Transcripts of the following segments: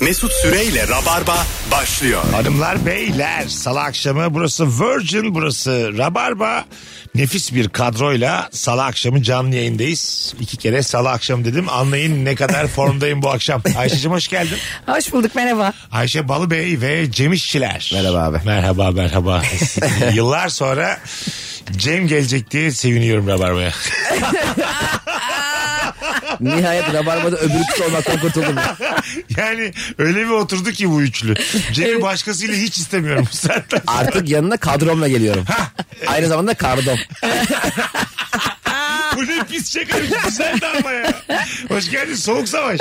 Mesut Süreyle Rabarba başlıyor. Hanımlar beyler salı akşamı burası Virgin burası Rabarba nefis bir kadroyla salı akşamı canlı yayındayız. İki kere salı akşamı dedim anlayın ne kadar formdayım bu akşam. Ayşe'cim hoş geldin. Hoş bulduk merhaba. Ayşe Balıbey ve Cem İşçiler. Merhaba abi. Merhaba merhaba. Yıllar sonra Cem gelecek diye seviniyorum Rabarba'ya. Nihayet Rabarba'da öbür kısa olmaktan kurtuldum. yani öyle bir oturdu ki bu üçlü. Cem'i Evet. başkasıyla hiç istemiyorum bu saatten sonra. Artık yanına kadromla geliyorum. Aynı zamanda kardom. Bu ne pis şakaymış güzel de ama ya. Hoş geldin soğuk savaş.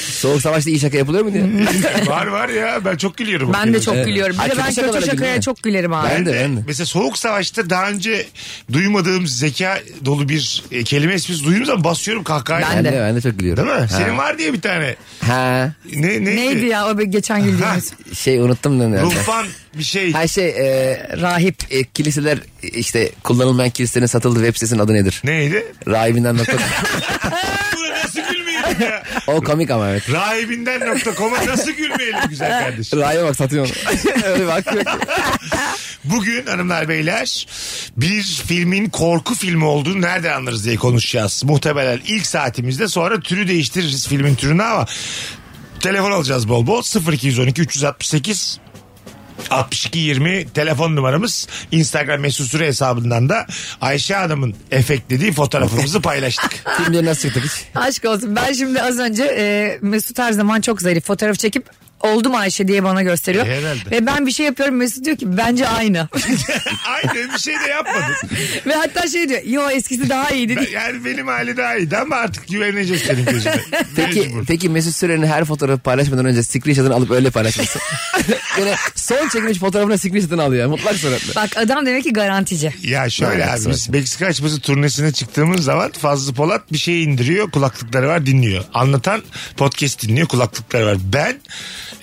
Soğuk savaşta iyi şaka yapılıyor mu diye. var var ya ben çok gülüyorum. Ben de çok gülüyorum. Bir Ay, de kötü ben şakalara kötü şakaya gülme. çok gülerim abi. Ben de ben de. Mesela soğuk savaşta daha önce duymadığım zeka dolu bir e, kelime esprisi duyduğum zaman basıyorum kahkahaya. Ben Ben de, de. ben de çok gülüyorum. Değil mi? Şey- Ha. Senin var diye bir tane. Ha. Ne, neydi? Neydi ya o bir geçen güldüğümüz? Şey unuttum da nerede. Ruhban bir şey. Her şey e, Rahip. e, kiliseler işte kullanılmayan kilisenin satıldığı web sitesinin adı nedir? Neydi? Rahibinden.com. Buna nasıl gülmeyelim ya? o komik ama evet. Rahibinden.com'a nasıl gülmeyelim güzel kardeşim? Rahibe bak satıyor. Öyle bir hakkı yok. Bugün hanımlar beyler bir filmin korku filmi olduğunu nereden anlarız diye konuşacağız. Muhtemelen ilk saatimizde sonra türü değiştiririz filmin türünü ama telefon alacağız bol bol 0212 368 62 20 telefon numaramız Instagram mesut süre hesabından da Ayşe Hanım'ın efektlediği fotoğrafımızı paylaştık. Filmleri nasıl çıktık hiç? Aşk olsun. Ben şimdi az önce e, Mesut her zaman çok zarif fotoğraf çekip oldum Ayşe diye bana gösteriyor. E, Herhalde. Ve ben bir şey yapıyorum Mesut diyor ki bence aynı. Aynı bir şey de yapmadım. Ve hatta şey diyor yo eskisi daha iyiydi diyor. Yani benim hali daha iyiydi ama artık güveneceğiz senin gözüne. Peki, Mecbur. peki Mesut Süren'in her fotoğrafı paylaşmadan önce screenshot'ını alıp öyle paylaşması. Böyle son çekilmiş fotoğrafına screenshot'ını alıyor. Mutlak suratlı. Bak adam demek ki garantici. Ya şöyle Ne abi alakası biz Meksika açması turnesine çıktığımız zaman Fazlı Polat bir şey indiriyor kulaklıkları var dinliyor. Anlatan podcast dinliyor kulaklıkları var. Ben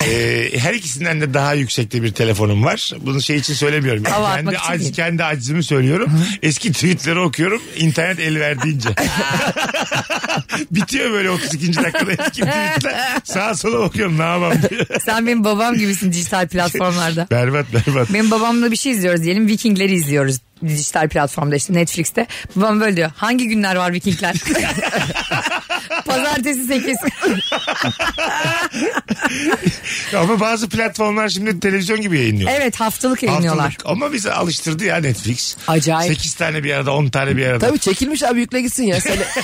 e, her ikisinden de daha yüksekte bir telefonum var. Bunu şey için söylemiyorum. Yani Hava atmak kendi, için aciz- değil. kendi acizimi söylüyorum. Eski tweetleri okuyorum internet el verdiğince. Bitiyor böyle 32. dakikada eski tweetler. Sağa sola bakıyorum ne yapayım diye. Sen benim babam gibisin dijital platformlarda. berbat berbat. Benim babamla bir şey izliyoruz diyelim. Vikingleri izliyoruz dijital platformda işte Netflix'te. Babam böyle diyor. Hangi günler var Vikingler? Pazartesi 8. Ama bazı platformlar şimdi televizyon gibi yayınlıyor. evet haftalık yayınlıyorlar. Haftalık. Ama bizi alıştırdı ya Netflix. Acayip. 8 tane bir arada 10 tane bir arada. Tabii çekilmiş abi yükle gitsin ya. Sele...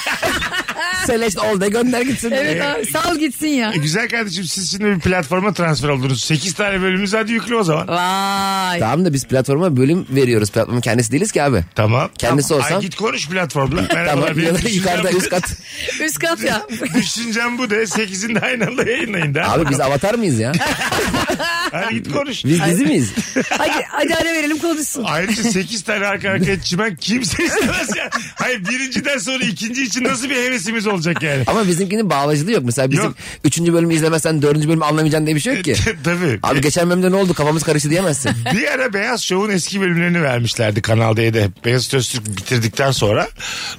Select all de gönder gitsin. Evet abi sal gitsin ya. E, güzel kardeşim siz şimdi bir platforma transfer oldunuz. 8 tane bölümümüz hadi yüklü o zaman. Vay. Tamam da biz platforma bölüm veriyoruz. Platformun kendisi değiliz ki abi. Tamam. Kendisi Tamam. olsam- Ay git konuş platformla. Tamam Merhabalar. benim ya da düşüncem, yukarıda üst kat. Üst kat ya. düşüncem bu de 8'ini de aynı anda yayınlayın da. Abi biz avatar mıyız ya? Hadi git konuş. Biz dizi miyiz? Hadi, hadi ara verelim konuşsun. Ayrıca 8 tane arka arkaya çimen kimse istemez ya. Hayır birinciden sonra ikinci için nasıl bir hevesimiz olacak yani. Ama bizimkinin bağlacılığı yok. Mesela bizim Yok. üçüncü bölümü izlemezsen dördüncü bölümü anlamayacaksın diye bir şey yok ki. Tabii. Abi geçen bölümde ne oldu kafamız karıştı diyemezsin. Bir ara Beyaz Show'un eski bölümlerini vermişlerdi Kanal D'de. Beyaz Öztürk bitirdikten sonra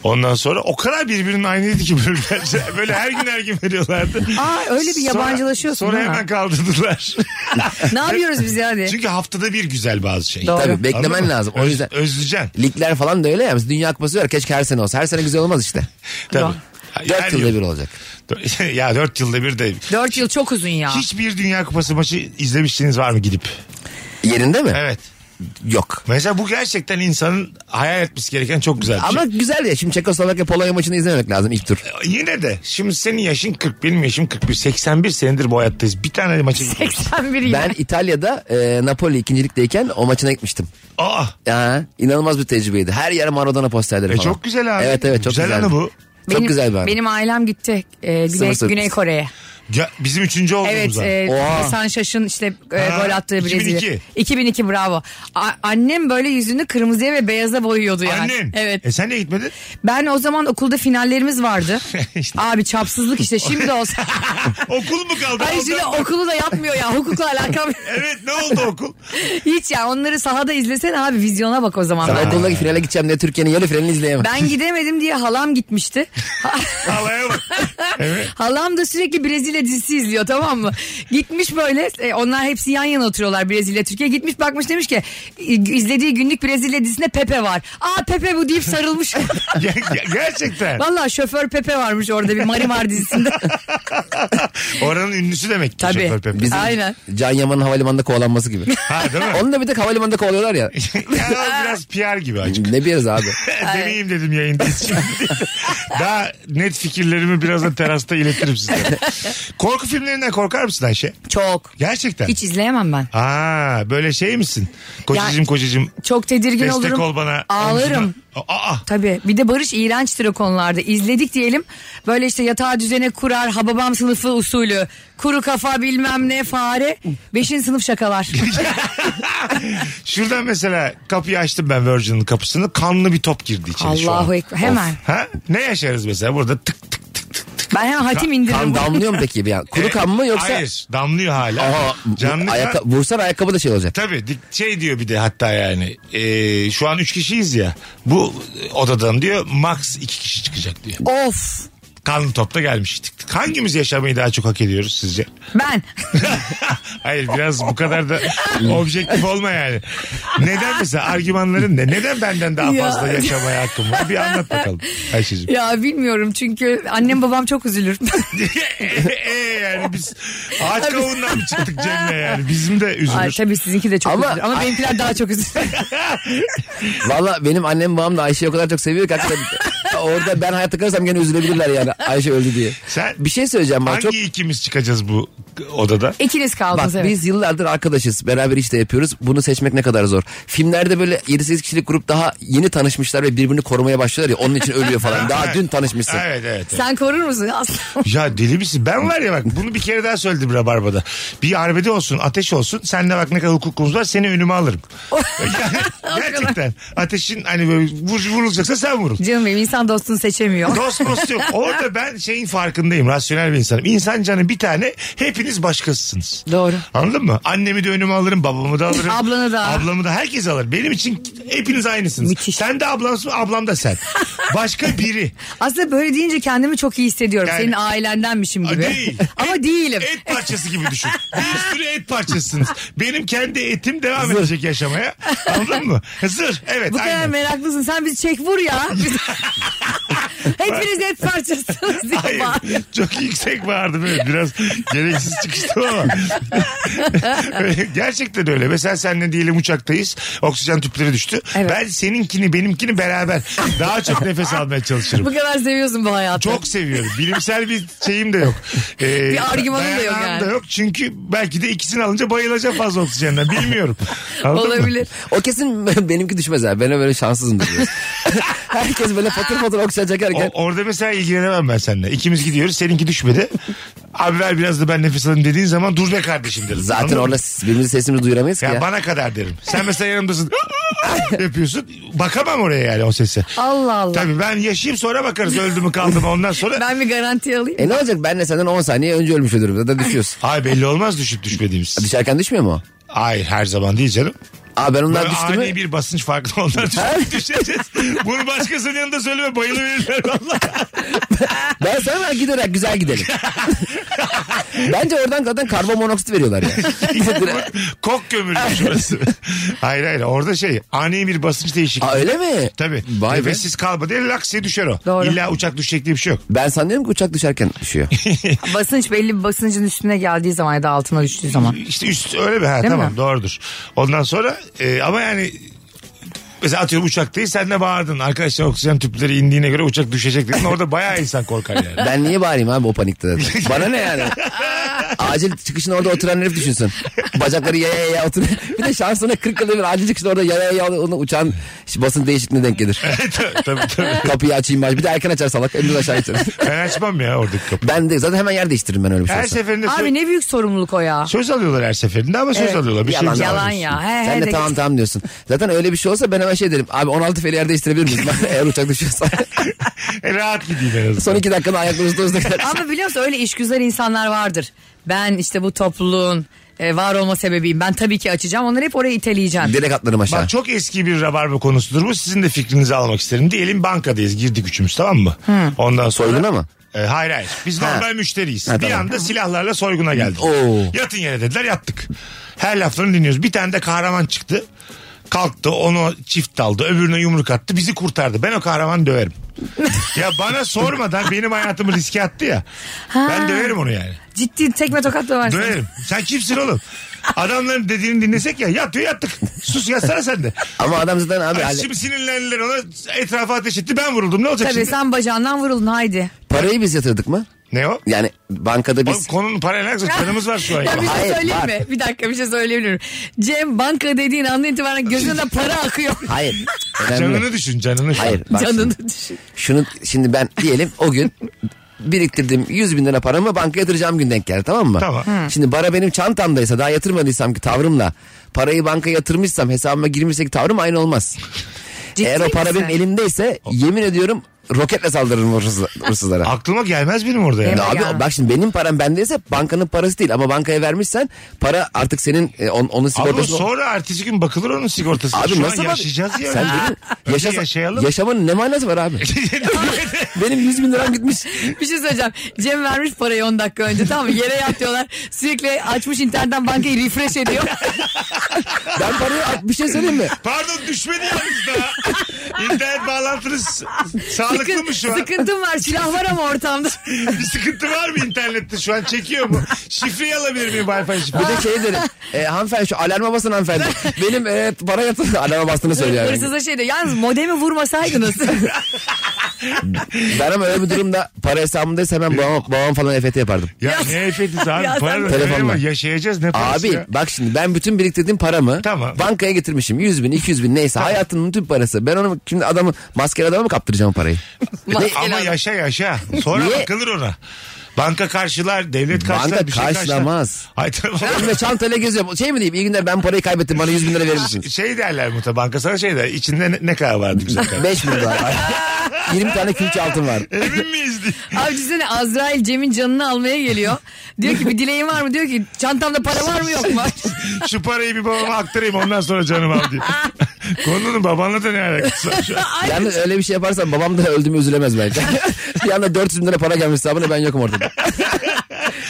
ondan sonra o kadar birbirinin aynıydı ki bölümler. Böyle her gün her gün veriyorlardı. Aa, öyle bir yabancılaşıyorsun, Sonra, değil sonra hemen mi? kaldırdılar. ne yapıyoruz biz ya hadi? Çünkü haftada bir güzel bazı şey. Doğru. Tabii beklemen Anladın mı? lazım. O Öz- yüzden Özleyeceksin. ligler falan da öyle ya. Biz Dünya Kupası var. Keşke her sene olsa. Her sene güzel olmaz işte. Tabii. Dört Her yılda yıl- bir olacak. ya dört yılda bir de. 4 yıl çok uzun ya. Hiçbir Dünya Kupası maçı izlemişsiniz var mı gidip? Yerinde mi? Evet. Yok. Mesela bu gerçekten insanın hayal etmesi gereken çok güzel bir şey. Ama güzel ya. Şimdi Çekoslovakya Polonya maçını izlememek lazım ilk tur. Yine de şimdi senin yaşın 40 benim yaşım 41 81 senedir bu hayattayız. Bir tane maça gidiyoruz. 81 yıl. Ben İtalya'da e, Napoli ikincilikteyken o maçına gitmiştim. Aa Ya inanılmaz bir tecrübeydi. Her yer Maradona posterleri e falan. çok güzel abi. Evet evet çok güzel. güzeldi. anı bu. Çok benim, güzel bir anı. Benim ailem gitti e, Güney, Sınırsız. Güney Kore'ye. Ya, bizim üçüncü Evet olduğumuz var. e, Oha. Hasan Şaş'ın işte e, Ha, gol attığı Brezilya. 2002. 2002 bravo. A- annem böyle yüzünü kırmızıya ve beyaza boyuyordu yani. Annen. Evet. E sen niye gitmedin? Ben o zaman okulda finallerimiz vardı. İşte. Abi çapsızlık işte şimdi olsa. Okul mu kaldı? Ay şimdi Ondan- okulu da yapmıyor ya hukukla alakam yok. Evet ne oldu okul? Hiç ya onları sahada izlesen abi vizyona bak o zaman. Sen okuldaki finale gideceğim diye Türkiye'nin yarı finalini izleyemem. Ben gidemedim diye halam gitmişti. Havaya bak. Evet. Halam da sürekli Brezilya dizisi izliyor tamam mı? Gitmiş böyle e, onlar hepsi yan yana oturuyorlar Brezilya Türkiye. Gitmiş bakmış demiş ki e, izlediği günlük Brezilya dizisinde Pepe var. Aa Pepe bu deyip sarılmış. Ger- ger- gerçekten. Valla şoför Pepe varmış orada bir Marimar dizisinde. Oranın ünlüsü demek ki. Tabii. Şoför Pepe. Bizim Aynen. Can Yaman'ın havalimanında kovalanması gibi. Ha değil mi? Onu da bir de havalimanında kovalıyorlar ya. yani o biraz PR gibi açık. ne biliriz abi. Demeyeyim dedim yayında. Daha net fikirlerimi birazdan terasta iletirim size. Korku filmlerinden korkar mısın Ayşe? Çok. Gerçekten. Hiç izleyemem ben. Aa böyle şey misin? Kocacım kocacım Çok tedirgin destek olurum. ol bana. Ağlarım. Omzuma- Aa. Tabii bir de Barış iğrençtir o konularda. İzledik diyelim böyle işte yatağı düzene kurar hababam sınıfı usulü. Kuru kafa bilmem ne fare. Beşin sınıf şakalar. Şuradan mesela kapıyı açtım ben Virgin'in kapısını. Kanlı bir top girdi içeri şu an. Allahu ekber. Hemen. Ha? Ne yaşarız mesela burada tık tık Ben hemen hatim indiririm. Kan damlıyor mu peki? Yani kuru kan mı yoksa? Hayır damlıyor hala. Aha, bu Canlı kan. ayaka- vursan ayakkabı da şey olacak. Tabii dik- şey diyor bir de hatta yani e, şu an üç kişiyiz ya bu odadan diyor max iki kişi çıkacak diyor. of. Kanlı topta gelmiş tık tık. Hangimiz yaşamayı daha çok hak ediyoruz sizce? Ben. Hayır biraz bu kadar da objektif olma yani. Neden mesela argümanların ne? Neden benden daha Ya. fazla yaşamaya hakkım var? Bir anlat bakalım Ayşe'cim. ya bilmiyorum çünkü annem babam çok üzülür. e, yani biz ağaç kavundan mı çıktık Cem'le yani? Bizim de üzülür. Ay, tabii sizinki de çok Ama- üzülür. Ama benimkiler daha çok üzülür. Valla benim annem babam da Ayşe'yi o kadar çok seviyor ki hakikaten orada ben hayatta kalırsam gene üzülebilirler yani Ayşe öldü diye. Sen Bir şey söyleyeceğim bana hangi çok... ikimiz çıkacağız bu odada? İkiniz Bak kaldınız evet. biz yıllardır arkadaşız. Beraber işte yapıyoruz. Bunu seçmek ne kadar zor. Filmlerde böyle 7-8 kişilik grup daha yeni tanışmışlar ve birbirini korumaya başlıyorlar ya. Onun için ölüyor falan. Daha dün tanışmışsın. Evet evet. Sen korur musun aslanım? Ya deli misin? Ben var ya bak bunu bir kere daha söyledim Rabarba'da. Bir arbede olsun, ateş olsun. Sen de bak ne kadar hukukumuz var seni önüme alırım. Yani gerçekten. Ateşin hani böyle vur, vurulacaksa sen vurul. Canım benim insan dostunu seçemiyor. Dost dost yok. Orada ben şeyin farkındayım. Rasyonel bir insanım. İnsan canı bir tane hepiniz başkasısınız. Doğru. Anladın mı? Annemi de önüme alırım, babamı da alırım. Ablanı da. Ablamı da herkes alır. Benim için hepiniz aynısınız. Müthiş. Sen de ablamsın, ablam da sen. Başka biri. Aslında böyle deyince kendimi çok iyi hissediyorum. Yani- Senin ailendenmişim gibi. Değil. E, Ama değilim. Et parçası gibi düşün. Bir sürü et parçasısınız. Benim kendi etim devam edecek yaşamaya. Anladın mı? Zır. Evet. Bu kadar aynen. meraklısın. Sen bizi çek vur ya. Biz- Hepiniz et parçasınız diye Hayır. bağırıyor. Çok yüksek bağırdı böyle. Biraz gereksiz çıkıştım ama. Öyle- Gerçekten öyle. Mesela senle diyelim uçaktayız. Oksijen tüpleri düştü. Evet. Ben seninkini benimkini beraber daha çok nefes almaya çalışırım. Bu kadar seviyorsun bu hayatı. Çok seviyorum. Bilimsel bir şeyim de yok. Ee, Bir argümanın da yok dayanağım yani. da yok. Çünkü belki de ikisini alınca bayılacağım fazla oksijenden. Bilmiyorum. Anladın mı? Olabilir. O kesin benimki düşmez abi. Ben böyle şanssızımdır. diyor. Herkes böyle patır patır oksijen çekerken. O- orada mesela ilgilenemem ben seninle. İkimiz gidiyoruz. Seninki düşmedi. Abi ver biraz da ben nefes alayım dediğin zaman dur be kardeşim derim. Zaten Anladın mı? orada s- birbirimizi sesimizi duyuramayız ki Ya, ya. bana kadar derim. Sen mesela yanımdasın. yapıyorsun. Bakamam oraya yani o sese. Allah Allah. Tabii ben yaşayayım sonra bakarız öldü mü kaldı mı ondan sonra. Ben bir garanti alayım. E ne olacak ben de senden 10 saniye önce ölmüş olurum. Zaten düşüyorsun. Ay belli olmaz düşüp düşmediğimiz. Düşerken düşmüyor mu? o? Hayır her zaman değil canım. Aa ben ondan Böyle düştü mü? ani bir basınç farklı onlar düşüp düşeceğiz. Bunu başkasının yanında söyleme bayılıverirler valla. Ben sana giderek güzel gidelim. Bence oradan zaten karbon monoksit veriyorlar ya. Kok gömülmüş orası. hayır hayır orada şey ani bir basınç değişikliği. Aa öyle mi? Tabii. Vay be. Nefessiz kalma diye laks diye düşer o. Doğru. İlla uçak düşecek diye bir şey yok. Ben sanıyorum ki uçak düşerken düşüyor. Basınç belli bir basıncın üstüne geldiği zaman ya da altına düştüğü zaman. İşte üst öyle mi? Ha, Değil tamam mi? doğrudur. Ondan sonra e, ama yani mesela atıyorum uçaktayız sen de bağırdın. Arkadaşlar oksijen tüpleri indiğine göre uçak düşecek dedin. Orada bayağı insan korkar yani. Ben niye bağırayım abi o panikte zaten. Bana ne yani? acil çıkışını orada oturan herif düşünsün. Bacakları yaya yaya oturuyor. Bir de şansına 40 yılda bir acil çıkışını orada yaya yaya onu uçan basın değişikliğine denk gelir. tabii tabii. Kapıyı açayım aç. Bir de erken açar salak. Elini aşağı içer. Ben açmam ya oradaki kapıyı. Ben de zaten hemen yer değiştiririm ben öyle bir şey Her olsa. seferinde sö- Abi ne büyük sorumluluk o ya. söz alıyorlar her seferinde ama söz Evet. alıyorlar. Bir şey Yalan, imzalamıyorsun. Yalan ya. He, Sen he, de ne- tamam tamam diyorsun. Zaten öyle bir şey olsa ben hemen şey derim. Abi 16 feli yer değiştirebilir miyiz? Ben Eğer uçak düşüyorsa. E, rahat gideyim en azından. Son iki dakikada ayaklarınızı tozuna kadar. Ama biliyor musun öyle işgüzar insanlar vardır. Ben işte bu topluluğun e, var olma sebebiyim. Ben tabii ki açacağım. Onları hep oraya iteleyeceğim. Direkt atlarım aşağı. Bak çok eski bir rabarba konusudur bu. Sizin de fikrinizi almak isterim. Diyelim bankadayız. Girdik üçümüz tamam mı? Ondan sonra. Soyguna mı? E, hayır hayır. Biz normal müşteriyiz. Ha, bir tamam. anda silahlarla soyguna geldik. Oo. Yatın yere dediler yattık. Her laflarını dinliyoruz. Bir tane de kahraman çıktı. Kalktı onu çift aldı öbürüne yumruk attı bizi kurtardı. Ben o kahramanı döverim. ya bana sormadan benim hayatımı riske attı ya. Ben döverim onu yani. Ciddi tekme tokat da var. Döverim. Sen kimsin oğlum? Adamların dediğini dinlesek ya yatıyor yattık. Sus yatsana sen de. Ama adam zaten abi Ay, hale- şimdi sinirlendiler ona etrafa ateş etti ben vuruldum ne olacak Tabii şimdi? sen bacağından vuruldun haydi. parayı biz yatırdık mı? Ne o? Yani bankada Oğlum biz... konunun parayla alakası yok. Canımız var şu an. Ya bir şey Hayır, söyleyeyim var. mi? Bir dakika bir şey söyleyebilirim. Cem banka dediğin andan itibaren gözünden para akıyor. Hayır. Önemli. Canını düşün canını. şu an. Hayır. Bak Canını şimdi, düşün. şunu şimdi ben diyelim o gün biriktirdim 100 bin lira paramı banka yatıracağım gün denk geldi tamam mı? Tamam. Hmm. Hı. Şimdi para benim çantamdaysa daha yatırmadıysam ki tavrımla parayı banka yatırmışsam hesabıma girmişse ki tavrım aynı olmaz. Ciddi Eğer o para misin? benim elimdeyse yemin ediyorum roketle saldırırım hırsız- hırsızlara. Aklıma gelmez benim orada Benim ya. de Abi ya. bak şimdi benim param bendeyse bankanın parası değil ama bankaya vermişsen para artık senin e, on, onun Abi o sigortası. sonra ertesi gün bakılır onun sigortası. Abi şu nasıl an bak- yaşayacağız ya. Sen dedin, Önce yaşasa- yaşayalım. yaşamanın ne manası var abi? benim 100 bin liram gitmiş. Bir şey söyleyeceğim. Cem vermiş parayı 10 dakika önce tamam mı? Yere yatıyorlar. Sürekli açmış internetten bankayı refresh ediyor. Ben parayı bir şey söyleyeyim mi? Pardon düşmedi yalnız daha. İnternet bağlantınız sağlıklı mı Sıkın, şu an? sıkıntım var. Silah var ama ortamda. Bir sıkıntı var mı internette şu an çekiyor mu? Şifreyi alabilir miyim Wi-Fi şifreyi? Bir de şey derim. E, hanımefendi şu alarma basın hanımefendi. Benim e, para yatırdı. Alarma bastığını söylüyor. Yani. Hırsıza şey diyor. Yalnız modemi vurmasaydınız. Ben ama öyle bir durumda para hesabımdaysa hemen babam, babam falan EFT yapardım. Ya, Ya- ne efetiz abi? Ya sen- Para Telefonla. Yaşayacağız ne parası Abi ya? bak şimdi ben bütün biriktirdiğim paramı Tamam. bankaya getirmişim. 100 bin 200 bin neyse hayatının tüm parası. Ben onu şimdi adamı maskeli adama mı kaptıracağım o parayı? Ama yaşa yaşa. Sonra Niye? bakılır ona. Banka karşılar, devlet karşılar, Banka bir şey karşılamaz. karşılar. Ay tamam. Ben de çantayla geziyorum. Şey mi diyeyim iyi günler ben parayı kaybettim bana 100 bin lira verir misiniz? şey derler Muta banka sana şey der. İçinde ne, ne kadar vardı güzel kadar. 5 bin lira var. 20 tane külçe altın var. Emin miyiz diye. Abi düşünsene Azrail Cem'in canını almaya geliyor. Diyor ki bir dileğin var mı? Diyor ki çantamda para var mı yok mu? Şu parayı bir babama aktarayım ondan sonra canım al diye. Konunun babanla da ne alakası var şu an? Yalnız öyle bir şey yaparsan babam da öldüğümü üzülemez bence. bir anda 400 bin lira para gelmiş hesabına ben yokum ortada.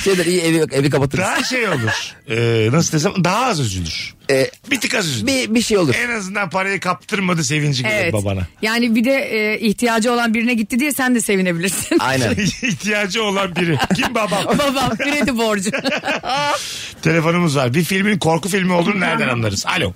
şey der iyi evi, yok, evi kapatırız. Daha şey olur. Ee, nasıl desem daha az üzülür. Ee, Bir tık az üzülür. bir, bir şey olur. En azından parayı kaptırmadı sevinci gelir Evet. babana. Yani bir de e, ihtiyacı olan birine gitti diye sen de sevinebilirsin. Aynen. İhtiyacı olan biri. Kim babam? Babam kredi borcu. Telefonumuz var. Bir filmin korku filmi olduğunu nereden anlarız? Alo.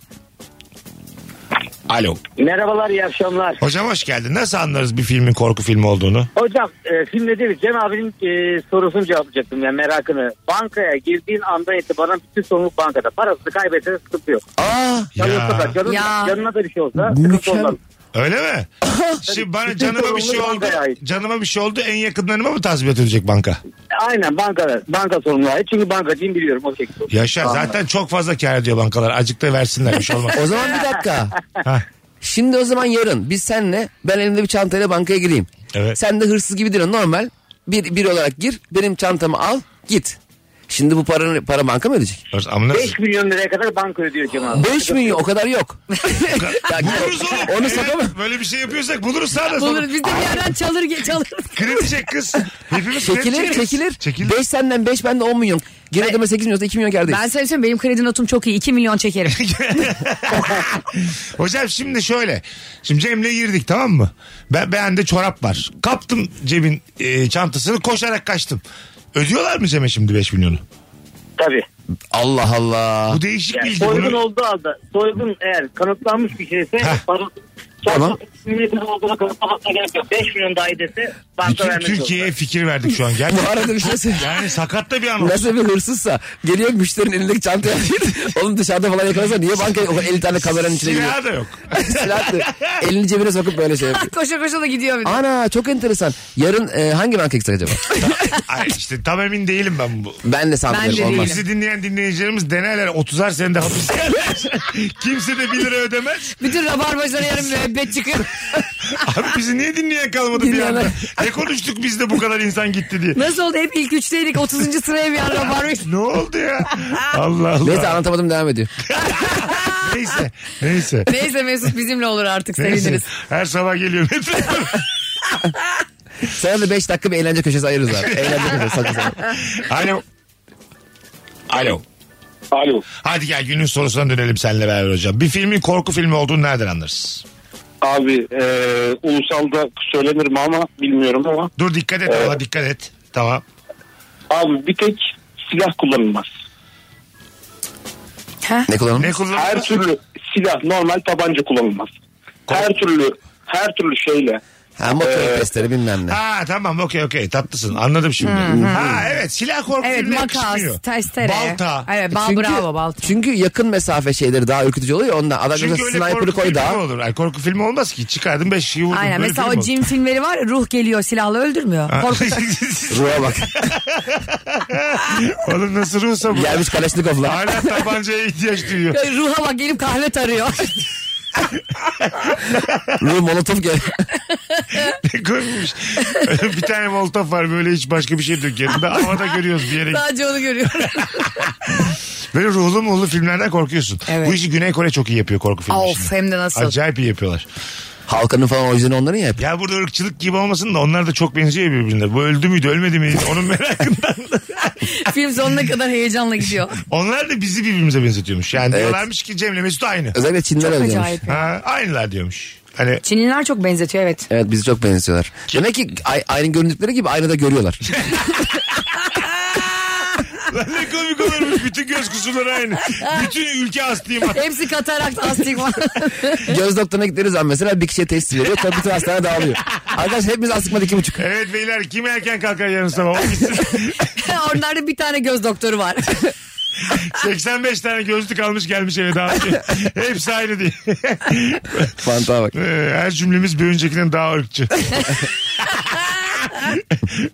Alo. Merhabalar iyi akşamlar. Hocam hoş geldin. Nasıl anlarız bir filmin korku filmi olduğunu? Hocam e, filmde değil Cem abinin e, sorusunu cevaplayacaktım yani merakını. Bankaya girdiğin andan itibaren bütün sorumluluk bankada. Parasını kaybetse sıkıntı yok. Aa, Yanıyorsa da canın, Ya. yanına da bir şey olsa sıkıntı mükemmel. olmaz. Öyle mi? Şimdi bana Bütün canıma bir sorumluluk şey oldu. bankaya ait. Canıma bir şey oldu. En yakınlarıma mı tazminat ödeyecek banka? E, Aynen banka, banka sorumluluğu ait. Çünkü bankacıyım biliyorum o şekilde. Yaşa zaten çok fazla kar ediyor bankalar. Azıcık da versinler bir şey olmaz. o zaman bir dakika. Hah. Şimdi o zaman yarın biz senle ben elimde bir çantayla bankaya gireyim. Evet. Sen de hırsız gibi değil normal. Bir, bir olarak gir benim çantamı al git. Şimdi bu paranın para banka mı ödeyecek? Ama nasıl? 5 milyon liraya kadar banka ödüyor Cem abi. 5 milyon o kadar yok. Ya git. Buluruz oğlum. Onu Evet, satamam. Böyle bir şey yapıyorsak buluruz sağda Olur sola. biz de bir yerden çalır ge- çalır. Kredi çek kız. Hepimiz kredi Çekilir çekeriz. çekilir. Çekilir. 5 senden 5 bende 10 milyon. Geri ödeme 8 milyon 2 milyon kardayız. Ben sana söyleyeyim benim kredi notum çok iyi. 2 milyon çekerim. Hocam şimdi şöyle. Şimdi Cem'le girdik tamam mı? Ben beğende çorap var. Kaptım Cem'in e, çantasını koşarak kaçtım. Ödüyorlar mı Cem'e şimdi 5 milyonu? Tabii. Allah Allah. Bu değişik Yani bilgi. soygun Bunu- olduğu halde soygun eğer kanıtlanmış bir şeyse Heh. parası Tamam. Tamam. Milletin olduğunu kanıtlamasına gerek yok. 5 milyon dahi dese banka Bütün vermek Türkiye'ye zorunda. fikir verdik şu an. Gerçekten. Bu arada bir şey söyleyeyim. Yani sakat da bir anlam. Nasıl bir hırsızsa geliyor müşterinin elindeki çantaya alıyor. Oğlum dışarıda falan yakalarsa niye bankaya o kadar 50 tane kameranın içine giriyor? Silahı da yok. Silah da- Elini cebine sokup böyle şey yapıyor. Koşa koşa da gidiyor bir de. Ana çok enteresan. Yarın e, hangi banka gitsek acaba? Ay işte tam emin değilim ben bu. Ben de Ben de sanmıyorum olmaz. değilim. Bizi dinleyen dinleyicilerimiz denerler 30'ar senede hapis yerler. Kimse de 1 lira ödemez. Bütün rabarbacılara yarın müebbet çıkıyor. Abi bizi niye dinleyen kalmadı bir Dinleyenler. anda? Ne konuştuk biz de bu kadar insan gitti diye. Nasıl oldu hep ilk üçteydik 30. sıraya bir an rabarbaç. ne oldu ya? Allah Allah. Neyse anlatamadım devam ediyor. Neyse. Neyse. Neyse Mesut bizimle olur artık Neyse. seviniriz. Her sabah geliyor. Sana da 5 dakika bir eğlence köşesi ayırırız abi. Eğlence köşesi saçma sapan. Alo. Alo. Alo. Hadi gel günün sorusuna dönelim seninle beraber hocam. Bir filmin korku filmi olduğunu nereden anlarız? Abi e, ulusalda söylenir mi ama bilmiyorum ama. Dur dikkat et ama dikkat et. Tamam. Abi bir tek silah kullanılmaz. Ne kullanalım? Ne kullanılır? Her türlü silah normal tabanca kullanılmaz. Her türlü her türlü şeyle. Ha motor testleri bilmem ne. Ha tamam okey okey tatlısın anladım şimdi. Ha evet silah korku Evet filmine makas, kışkırıyor. testere. Balta. E Evet bal bravo balta. çünkü yakın mesafe şeyleri daha ürkütücü oluyor ya ondan. Adam Çünkü mesela öyle korku sniper'ı koy filmi daha. olur. Ay, korku filmi olmaz ki çıkardım beş şeyi vurdum. Aynen Böyle mesela film o olur. cin filmleri var ruh geliyor silahla öldürmüyor. Ha. Korku- Ruha bak. Oğlum nasıl ruhsa bu? Gelmiş Kalaşnikov'la. Hala tabancaya ihtiyaç duyuyor. Ruha bak gelip kahve tarıyor. Ruh molotof gel. Ne koymuş? bir tane molotof var böyle hiç başka bir şey yok yanında. Havada görüyoruz bir yere. Sadece onu görüyorum. Böyle ruhlu muhlu filmlerden korkuyorsun. Evet. Bu işi Güney Kore çok iyi yapıyor korku filmi Of, işini. hem de nasıl. Acayip iyi yapıyorlar. Halkanın falan orijinali onların ya. hep. Ya burada ırkçılık gibi olmasın da onlar da çok benziyor birbirine. Bu öldü müydü ölmedi miydi onun merakından. Film sonuna kadar heyecanla gidiyor. Onlar da bizi birbirimize benzetiyormuş. Yani Evet. diyorlarmış ki Cem'le Mesut aynı. Özellikle Çinler öldürmüş. Acayip. Ha, aynılar diyormuş. Hani Çinliler çok benzetiyor evet. Evet bizi çok benziyorlar. Demek ki ay- aynı göründükleri gibi aynada görüyorlar. lan ne komik olurmuş bütün göz kusurları aynı. Bütün ülke hastayım. Hepsi katarakt astigma. Göz doktoruna gittiğiniz zaman mesela bir kişiye test veriyor. Tabii bütün hastane dağılıyor. Arkadaşlar hepimiz astigmat iki buçuk. Evet beyler kim erken kalkar yarın sabah? O gitsin. Onlarda bir tane göz doktoru var. 85 tane gözlük almış gelmiş eve daha önce. Hepsi aynı diye. Mantığa bak. Ee, Her cümlemiz bir öncekinden daha ırkçı.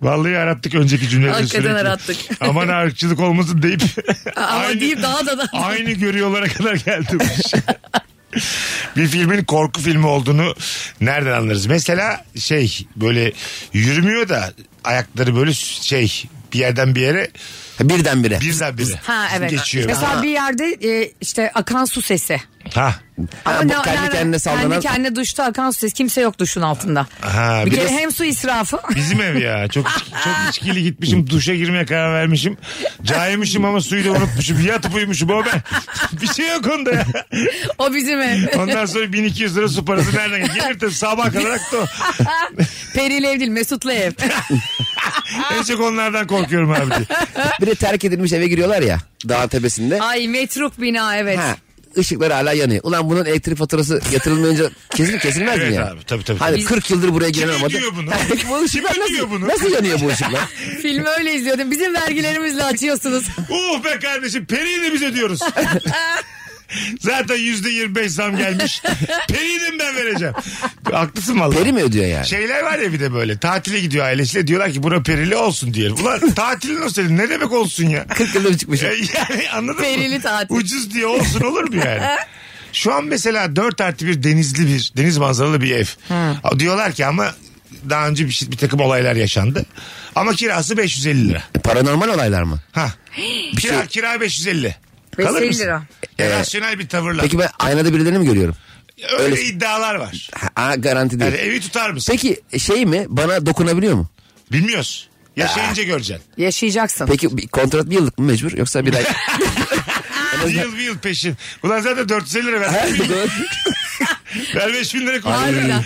Vallahi arattık önceki cümleleri Hakikaten sürekli. arattık. Aman ha, ırkçılık olmasın deyip. Ama deyip daha da da. Aynı görüyorlara kadar geldi bu iş. bir filmin korku filmi olduğunu nereden anlarız? Mesela şey böyle yürümüyor da ayakları böyle şey bir yerden bir yere Birden bire. birden bire Ha evet. geçiyor. Mesela bir yerde e, işte akan su sesi. Ha. Ha, bu kendi nereden- kendine sallanan- Kendi kendine duşta akan su sesi. Kimse yok duşun altında. Ha, bir, bir kere de- hem su israfı. Bizim ev ya. Çok iç- çok içkili gitmişim. Duşa girmeye karar vermişim. Caymışım ama suyu da unutmuşum. Yatıp uyumuşum o ben. Bir şey yok onda ya. o bizim ev. Ondan sonra 1200 lira su parası nereden gelir? Gelir tabii sabah kadar aktı o. Perili ev değil Mesut'la ev. En çok onlardan korkuyorum abi diye. Bir de terk edilmiş eve giriyorlar ya. Dağ tepesinde. Ay metruk bina evet. Ha, ışıklar hala yanıyor. Ulan bunun elektrik faturası yatırılmayınca kesilip kesilmez mi Evet ya? abi, tabii, tabii. Hani Biz- 40 yıldır buraya giren Kim olmadı. ödüyor bunu? Bu ışıklar Kim ödüyor nasıl, bunu? Nasıl yanıyor bu ışıklar? Filmi öyle izliyordum. Bizim vergilerimizle açıyorsunuz. Uh be kardeşim periyi de biz ödüyoruz. Zaten yüzde 25 zam gelmiş. Periyi de mi ben vereceğim? Haklısın valla. Peri mi ödüyor yani? Şeyler var ya bir de böyle tatile gidiyor ailesiyle diyorlar ki bura perili olsun diye. Ulan tatilin o senin ne demek olsun ya? 40 yıldır çıkmış. E, yani anladın Şey, Perili mı? tatil. Ucuz diye olsun olur mu yani? Şu an mesela 4 artı bir denizli bir deniz manzaralı bir ev. Diyorlar ki ama daha önce bir, şey- bir takım olaylar yaşandı. Ama kirası 550 lira. E, Paranormal olaylar mı? Ha. kira, şey- kira 550. 550 mısın? lira. E, rasyonel bir tavırla. Peki ben aynada birilerini mi görüyorum? öyle, öyle- iddialar var. Ha, garanti değil. Yani evi tutar mısın? Peki şey mi? Bana dokunabiliyor mu? Bilmiyoruz. Ah. Yaşayınca göreceksin. Yaşayacaksın. Peki bir kontrat bir yıllık mı mecbur? Yoksa bir ay... Bir yıl bir yıl peşin. Ulan zaten 450 lira ver. ver 5000 lira koy. Harbiden.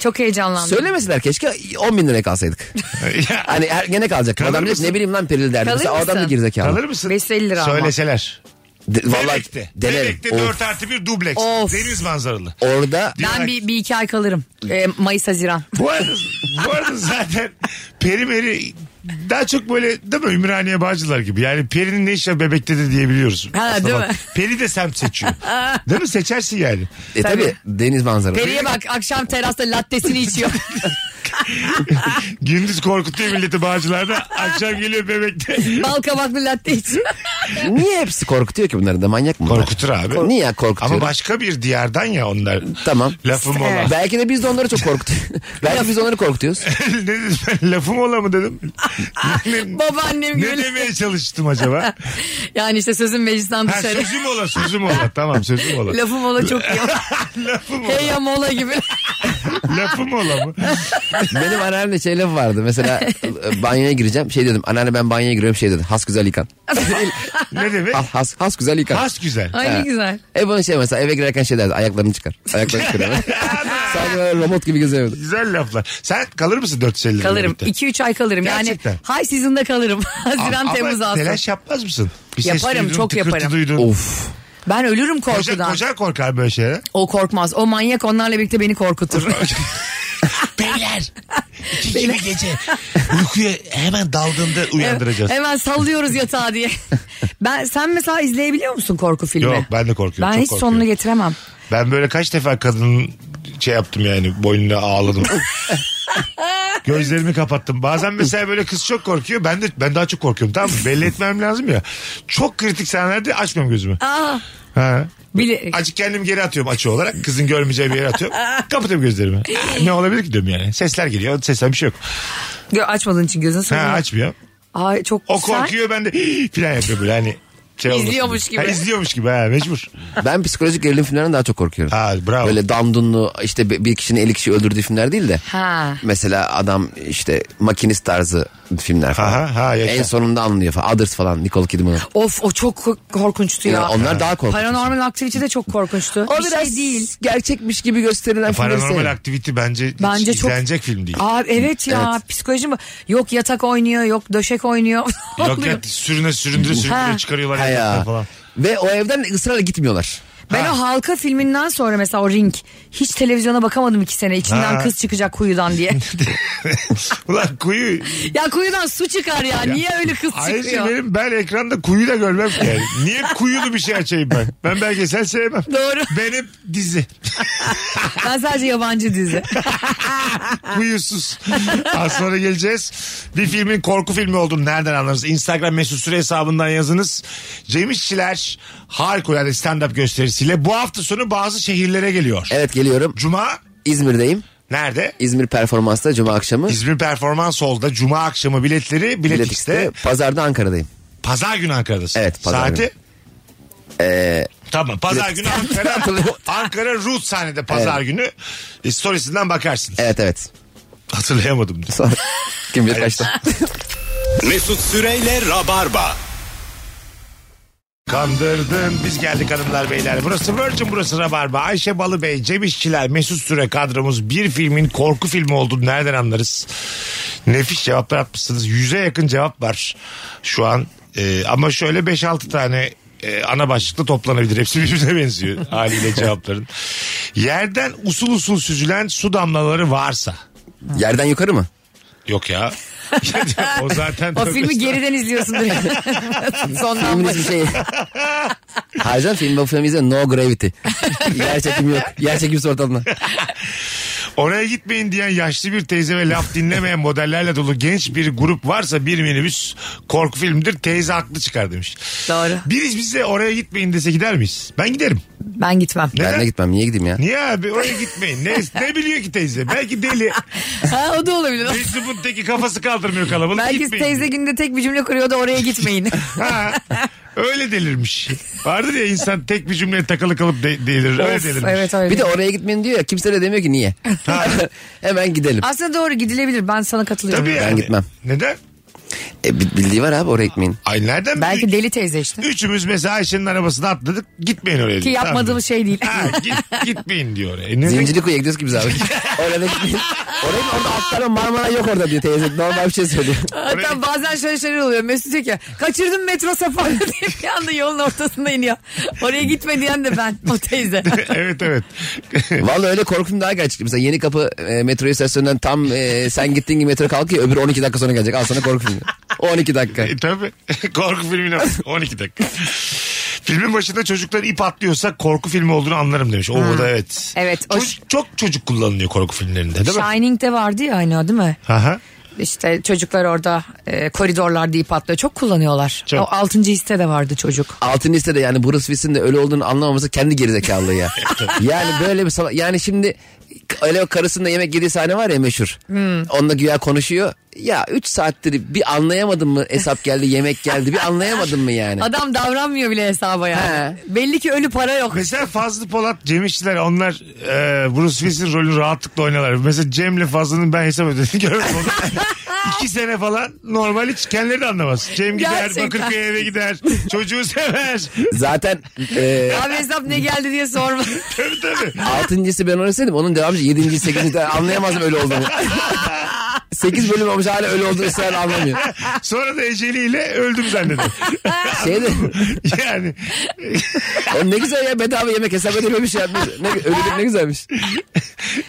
Çok heyecanlandım. Söylemeseler keşke 10 bin liraya kalsaydık. Ya, Hani her, gene kalacak. Kalır Adam dedi, mısın? ne bileyim lan perili derdi. Kalır Mesela o adam da mısın? gerizekalı. Alır mısın? 550 lira ama. Söyleseler. De- vallahi Bebek'te. denerim. Bebek'te Of. 4 artı 1 dubleks. Of. Deniz manzaralı. Orada Ben bir, bir iki ay kalırım. Ee, Mayıs, Haziran. Bu arada, bu arada zaten peri meri daha çok böyle değil mi Ümraniye Bağcılar gibi. Yani perinin ne işi var bebekte de diyebiliyoruz. Ha, Aslında değil bak, mi? Peri de semt seçiyor. değil mi? Seçersin yani. e, tabii. Tabii. deniz manzaralı. Periye bak akşam terasta lattesini içiyor. Gündüz korkutuyor milleti Bağcılar'da. Akşam geliyor bebekte. Bal kabaklı latte içiyor. Niye hepsi korkutuyor ki bunların da manyak mı? bunlar? Korkutur abi. Niye korkutuyor? Ama başka bir diyardan ya onlar. Tamam. Lafım ola. Belki de biz de onları çok korkutuyoruz. Belki biz onları korkutuyoruz. ne dedim ben? Lafım ola mı dedim. ne, Babaannem ne böyle. demeye çalıştım acaba? Yani işte sözün meclisten Ha, dışarı. sözüm ola sözüm ola. Tamam sözüm ola. Lafım ola çok iyi. Lafım ola. Hey ya mola gibi. Lafım ola mı? Benim anneanne şey lafı vardı. Mesela e, banyoya gireceğim. Şey dedim. Anneanne ben banyoya giriyorum. Şey dedi. Has güzel yıkan. Ne demek? Ah, Has, has, has güzel yıkan. Has güzel. Ay ne Ha. güzel. E bunun şey mesela eve girerken şey derdi. Ayaklarını çıkar. Ayaklarını çıkar. Ah. Sanki böyle robot gibi geziyordu. Güzel laflar. Sen kalır mısın 450 Kalırım. 2-3 ay kalırım. Gerçekten. Yani high season'da kalırım. Haziran, Temmuz, Ama Ağustos. telaş yapmaz mısın? Bir ses Yaparım, duydun, çok tıkırtı yaparım. Duydun. Of. Ben ölürüm Koca, korkudan. koca korkar böyle şeylere. O korkmaz. O manyak onlarla birlikte beni korkutur. Beyler. iki gibi gece. Uykuya hemen daldığında uyandıracağız. Hemen sallıyoruz yatağa diye. Ben sen mesela izleyebiliyor musun korku filmi? Yok, ben de korkuyorum, Ben çok hiç korkuyorum. sonunu getiremem. Ben böyle kaç defa kadının şey yaptım yani boynuna ağladım. Gözlerimi kapattım. Bazen mesela böyle kız çok korkuyor. Ben de ben daha çok korkuyorum. Tamam mı? Belli etmem lazım ya. Çok kritik sahnelerde açmıyorum gözümü. Aa, Ha. bile, Acık kendimi geri atıyorum açı olarak. Kızın görmeyeceği bir yere atıyorum. Kapatıyorum gözlerimi. Ne olabilir ki diyorum yani. Sesler geliyor. Sesler bir şey yok. Gö- açmadığın için gözün Ha, sorun. açmıyor. Ay çok O sen- korkuyor ben de filan yapıyorum böyle hani. Şey olmasın İzliyormuş diye. gibi. Ha, izliyormuş gibi ha mecbur. Ben psikolojik gerilim filmlerinden daha çok korkuyorum. Ha, bravo. Böyle damdunlu işte bir bir kişinin eli kişi öldürdüğü filmler değil de. Ha. Mesela adam işte makinist tarzı filmler falan. Aha, ha, yaşa. en sonunda anlıyor falan. Others falan Nicole Kidman. Of o çok ko- korkunçtu ya. Yani onlar daha korkunç. Paranormal aktivite de çok korkunçtu. O bir şey değil. gerçekmiş gibi gösterilen E, Paranormal aktivite bence, bence E, Bence hiç çok- izlenecek film değil. Aa, evet ya psikoloji mi? Yok yatak oynuyor, yok döşek oynuyor. Yok ya sürüne süründüre süründüre Ha. çıkarıyorlar Ha yataktan ya. falan. Ve o evden ısrarla gitmiyorlar. Ben o halka filminden sonra mesela o ring hiç televizyona bakamadım iki sene. İçinden Ha. kız çıkacak kuyudan diye. Ulan kuyu. ya kuyudan su çıkar ya. Niye öyle kız Ayrıca çıkıyor? benim ben ekranda kuyu da görmem ki yani. Niye kuyulu bir şey açayım ben? Ben belgesel sevmem. Doğru. Benim dizi. Ben sadece yabancı dizi. Kuyusuz. Az sonra geleceğiz. Bir filmin korku filmi olduğunu nereden anlarız? Instagram mesut süre hesabından yazınız. Cem İşçiler harikulade stand-up gösterisiyle bu hafta sonu bazı şehirlere geliyor. Evet geliyorum. Cuma İzmir'deyim. nerede? İzmir performansta cuma akşamı. İzmir Performans Hall'da Cuma akşamı biletleri Bilet, Bilet X'te. X'te. Pazarda Ankara'dayım. Pazar günü Ankara'dasın. Evet, pazar Saati? günü. Ee, Tamam pazar günü Ankara, Hatırlıyorum. Ankara Root sahnede pazar günü e, storiesinden bakarsınız. Evet evet. Hatırlayamadım. diye. Sonra kim bilir kaçta. Mesut Süreyle Rabarba. Kandırdın biz geldik hanımlar beyler. Burası Virgin burası Rabarba. Ayşe Balıbey, Cem İşçiler, Mesut Süre kadromuz bir filmin korku filmi olduğunu nereden anlarız? Nefis cevaplar atmışsınız. Yüze yakın cevap var şu an. E, ama şöyle 5-6 tane e, ana başlıkta toplanabilir. Hepsi birbirine benziyor haliyle cevapların. Yerden usul usul süzülen su damlaları varsa. Yerden yukarı mı? Yok ya. o zaten O tövbe filmi geriden izliyorsun direkt. Sondan Filmin bak. hiçbir şey. Harcan film bu filmi izle No Gravity. Yer çekimi yok. Yer çekimi ortamda. Oraya gitmeyin diyen yaşlı bir teyze ve laf dinlemeyen modellerle dolu genç bir grup varsa bir minibüs korku filmidir teyze haklı çıkar demiş. Doğru. Biriz bize oraya gitmeyin dese gider miyiz? Ben giderim. Ben gitmem. Ben de gitmem. Niye gideyim ya? Niye abi oraya gitmeyin? Ne, ne biliyor ki teyze? Belki deli. Ha, o da olabilir. Facebook'taki kafası kaldırmıyor kalabalık. Belki gitmeyin. teyze günde tek bir cümle kuruyor da oraya gitmeyin. Ha, öyle delirmiş. Vardır ya insan tek bir cümleye takılı kalıp de- delirir. Öyle Of, delirmiş. evet öyle. Bir de oraya gitmeyin diyor ya. Kimse de demiyor ki niye. Hemen gidelim. Aslında doğru gidilebilir. Ben sana katılıyorum. Tabii yani. gitmem. Neden? E, bi- bildiği var abi oraya ekmeğin. Ay nereden Belki deli teyze işte. Üçümüz mesela Ayşe'nin arabasına atladık. Gitmeyin oraya. Ki dedik, tamam yapmadığımız mı? şey değil. Ha, git, gitmeyin diyor oraya. E ne- Zincirlikuyu'ya gidiyoruz ki biz abi. oraya da ekmeğin. Oraya da orada atlarım Marmara yok orada diyor teyze. Normal bir şey söylüyor. Hatta bazen şöyle şeyler oluyor. Mesut diyor ki kaçırdım metro seferini diye bir anda yolun ortasında iniyor. Oraya gitme diyen de ben o teyze. evet evet. Vallahi öyle korkum daha gerçek. Mesela yeni kapı e, metro istasyonundan tam e, sen gittiğin gibi metro kalkıyor. Öbürü 12 dakika sonra gelecek. Al sana korku filmi. 12 dakika. E, tabii. korku filmine bak. 12 dakika. Filmin başında çocuklar ip atlıyorsa korku filmi olduğunu anlarım demiş. O da evet. Hmm. Evet, o- Çocuk- çok çocuk kullanılıyor korku filmlerinde değil mi? Shining'de vardı ya aynı o değil mi? Aha. İşte çocuklar orada e, koridorlarda ip atlıyor. Çok kullanıyorlar. Çok. O 6. hisse de vardı çocuk. Altın listede yani Bruce Willis'in de öyle olduğunu anlamaması kendi gerizekalılığı ya. yani böyle bir sala- yani şimdi öyle o karısında yemek yediği sahne var ya meşhur. Onunla güya konuşuyor. Ya 3 saattir bir anlayamadın mı hesap geldi yemek geldi bir anlayamadın mı yani? Adam davranmıyor bile hesaba yani. Belli ki ölü para yok. Mesela Fazlı Polat, Cem İşçiler onlar e, Bruce Willis'in rolünü rahatlıkla oynarlar. Mesela Cem'le Fazlı'nın ben hesap ödediğini görmedim. Onu iki sene falan normal hiç kendileri de anlamaz. Cem gider, Gerçekten. Bakırköy'e eve gider, çocuğu sever. Zaten e, Abi hesap ne geldi diye sorma. tabii tabii. Altıncısı ben oynasaydım onun devamı yedinci, sekizinci de anlayamazdım öyle olduğunu. Sekiz bölüm olmuş hala öyle olduğunu ısrarla anlamıyor. Sonra da eceliyle öldüm zannediyor. Şey de, yani o ne güzel ya bedava yemek hesap ödememiş ya. Ne, öyle ne güzelmiş.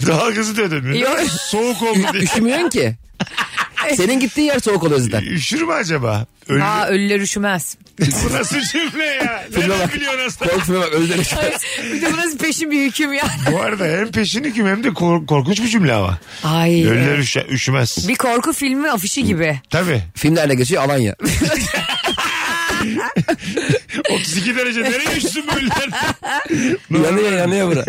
dalgası da ödemiyor. Yok. Soğuk oldu diye. Üşümüyorsun ki. Senin gittiğin yer soğuk oluyor zaten. Üşür mü acaba? Ölü... Aa ölüler üşümez. Bu nasıl cümle ya? Nereden biliyorsun aslında? Korkma bak öldürür. bir de burası peşin bir hüküm ya. Bu arada hem peşini kim hem de kor- korkunç bir cümle ama. Ay. Ölüler üşe- üşümez. Bir korku filmi afişi gibi. Tabii. Filmlerle geçiyor Alanya. 32 derece nereye üşüsün ölüler? yanıyor yanıyor bura.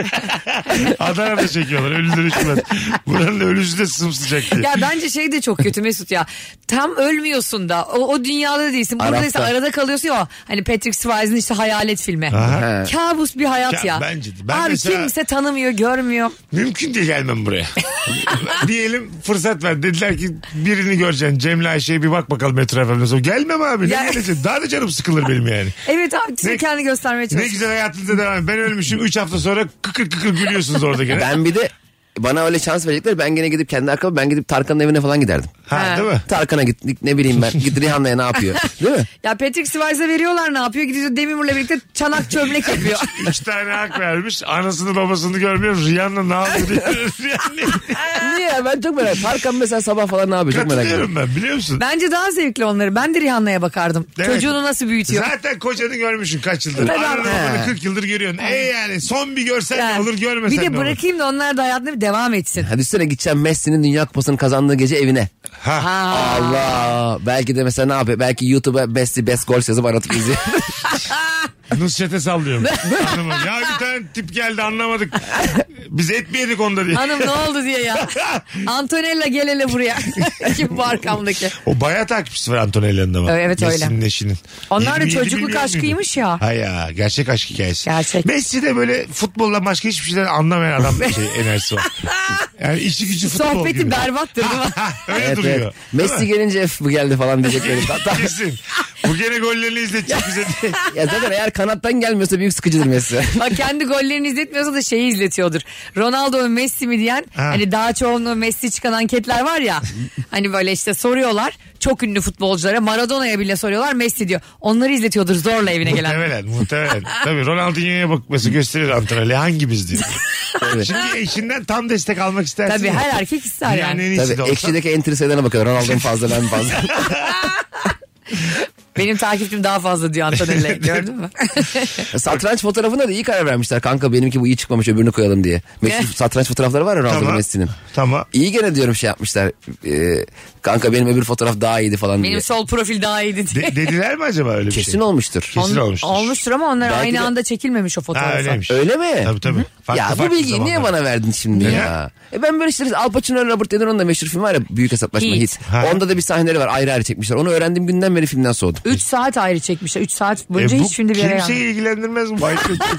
Adana'da çekiyorlar ölüler üşümez. Buranın ölüsü de sımsıcak diye. Ya bence şey de çok kötü Mesut ya. Tam ölmüyorsun da. O, o dünyada değilsin. Buradaysa Arafta. arada kalıyorsun ya. o. Hani Patrick Swayze'ın işte hayalet filmi. Aha. Kabus bir hayat Ya ya. bence de. Ben Abi mesela- kimse tanımıyor, görmüyor. Mümkün değil gelmem buraya. Diyelim fırsat ver. Dediler ki birini göreceksin. Cem'le Ayşe'ye bir bak bakalım Metro FM'de. Sonra Gelmem abi. Ya- Ne gelecek? Daha da canım sıkılır benim yani. Evet abi Ne- ne, kendini göstermeye Ne çalışıyor. güzel hayatınıza devam. Ben ölmüşüm. 3 hafta sonra kıkır kıkır gülüyorsunuz orada gene. Ben bir de bana öyle şans verecekler ben gene gidip kendi arkama ben gitip Tarkan'ın evine falan giderdim. Ha, değil mi? Tarkan'a gittik ne bileyim ben git Rihanna'ya ne yapıyor değil mi? Ya Patrick Swayze veriyorlar ne yapıyor? Gidiyor Demirmur'la birlikte çanak çömlek yapıyor. Üç tane hak vermiş. Anasını babasını görmüyor. Rihanna ne yapıyor diye. Yani Niye ya? ben çok merak ediyorum. Tarkan mesela sabah falan ne yapıyor çok merak ediyorum. Katılıyorum ben biliyor musun? Bence daha zevkli onları. Ben de Rihanna'ya bakardım. Evet. Çocuğunu nasıl büyütüyor? Zaten kocanı görmüşsün kaç yıldır. Tabii abi. Ananı babanı He. 40 yıldır görüyorsun. E yani son bir görsen Yani. ne olur görmesen Bir de ne olur. bırakayım da onlar da hayatına bir devam etsin. Hadi üstüne gideceğim Messi'nin Dünya Kupası'nın kazandığı gece evine. Ha. Allah. Belki de mesela ne yapıyor? Belki YouTube'a Messi Best Goals yazıp aratıp izliyor. Nusret'e sallıyorum. Hanımı. Ya bir tane tip geldi anlamadık. Biz etmeyedik onda diye. Hanım ne oldu diye ya. Antonella gel hele buraya. Kim bu arkamdaki? O bayağı takipçisi var Antonella'nın ama. Evet, öyle. Messi'nin eşinin. Onlar da 27 çocukluk milyon aşkıymış muydu? ya. Ha ya gerçek aşk hikayesi. Gerçek. Messi de böyle futbolla başka hiçbir şeyden anlamayan adam bir şey enerjisi var. Yani işi gücü futbol Sohbeti gibi. berbattır değil mi? Öyle Evet, duruyor. evet. Messi gelince "Öf, bu geldi falan diyecekleri. Hatta Kesin. Bu gene gollerini izletecek bize diye. ya zaten eğer kanattan gelmiyorsa büyük sıkıcıdır Messi. Bak kendi gollerini izletmiyorsa da şeyi izletiyordur. Ronaldo mu Messi mi diyen Ha. hani daha çoğunluğu Messi çıkan anketler var ya. hani böyle işte soruyorlar. Çok ünlü futbolculara Maradona'ya bile soruyorlar Messi diyor. Onları izletiyordur zorla evine gelen. Muhtemelen muhtemelen. Tabii Ronaldinho'ya bak mesela gösterir antrenörle hangi biz diyor. Evet. Şimdi eşinden tam destek almak istersin. Tabii ya. her erkek ister Dünyanın en yani. iyisi de Tabii olsa. ekşideki entry sayılarına bakıyor. Ronaldo'nun fazla ben fazla. Benim takipçim daha fazla diyor Antonella gördün mü? E, satranç fotoğrafına da iyi karar vermişler. Kanka benimki bu iyi çıkmamış öbürünü koyalım diye. Messi, satranç fotoğrafları var ya Ronaldo'nun Tamam. Messi'nin. Tamam. İyi gene diyorum şey yapmışlar. Ee, kanka benim öbür fotoğraf daha iyiydi falan diye. Benim sol profil daha iyiydi diye. De- dediler mi acaba öyle bir şey? Kesin olmuştur. Kesin olmuştur. Olmuştur ama onlar Belki aynı de- anda çekilmemiş o Ha fotoğrafı. öyleymiş. Öyle mi? Tabii tabii. Farklı ya bu farklı bilgiyi niye zamanlar. bana verdin şimdi ya? E ben böyle işte Al Pacino ile Robert De Niro'nun da meşhur filmi var ya Büyük Hesaplaşma Hit. Hit. Ha. Onda da bir sahneleri var ayrı ayrı çekmişler. Onu öğrendiğim günden beri filmden soğudum. 3 saat ayrı çekmişler. 3 saat boyunca E bu hiç şimdi bir yere kimseyi yanmıyor. ilgilendirmez mi? Hayır,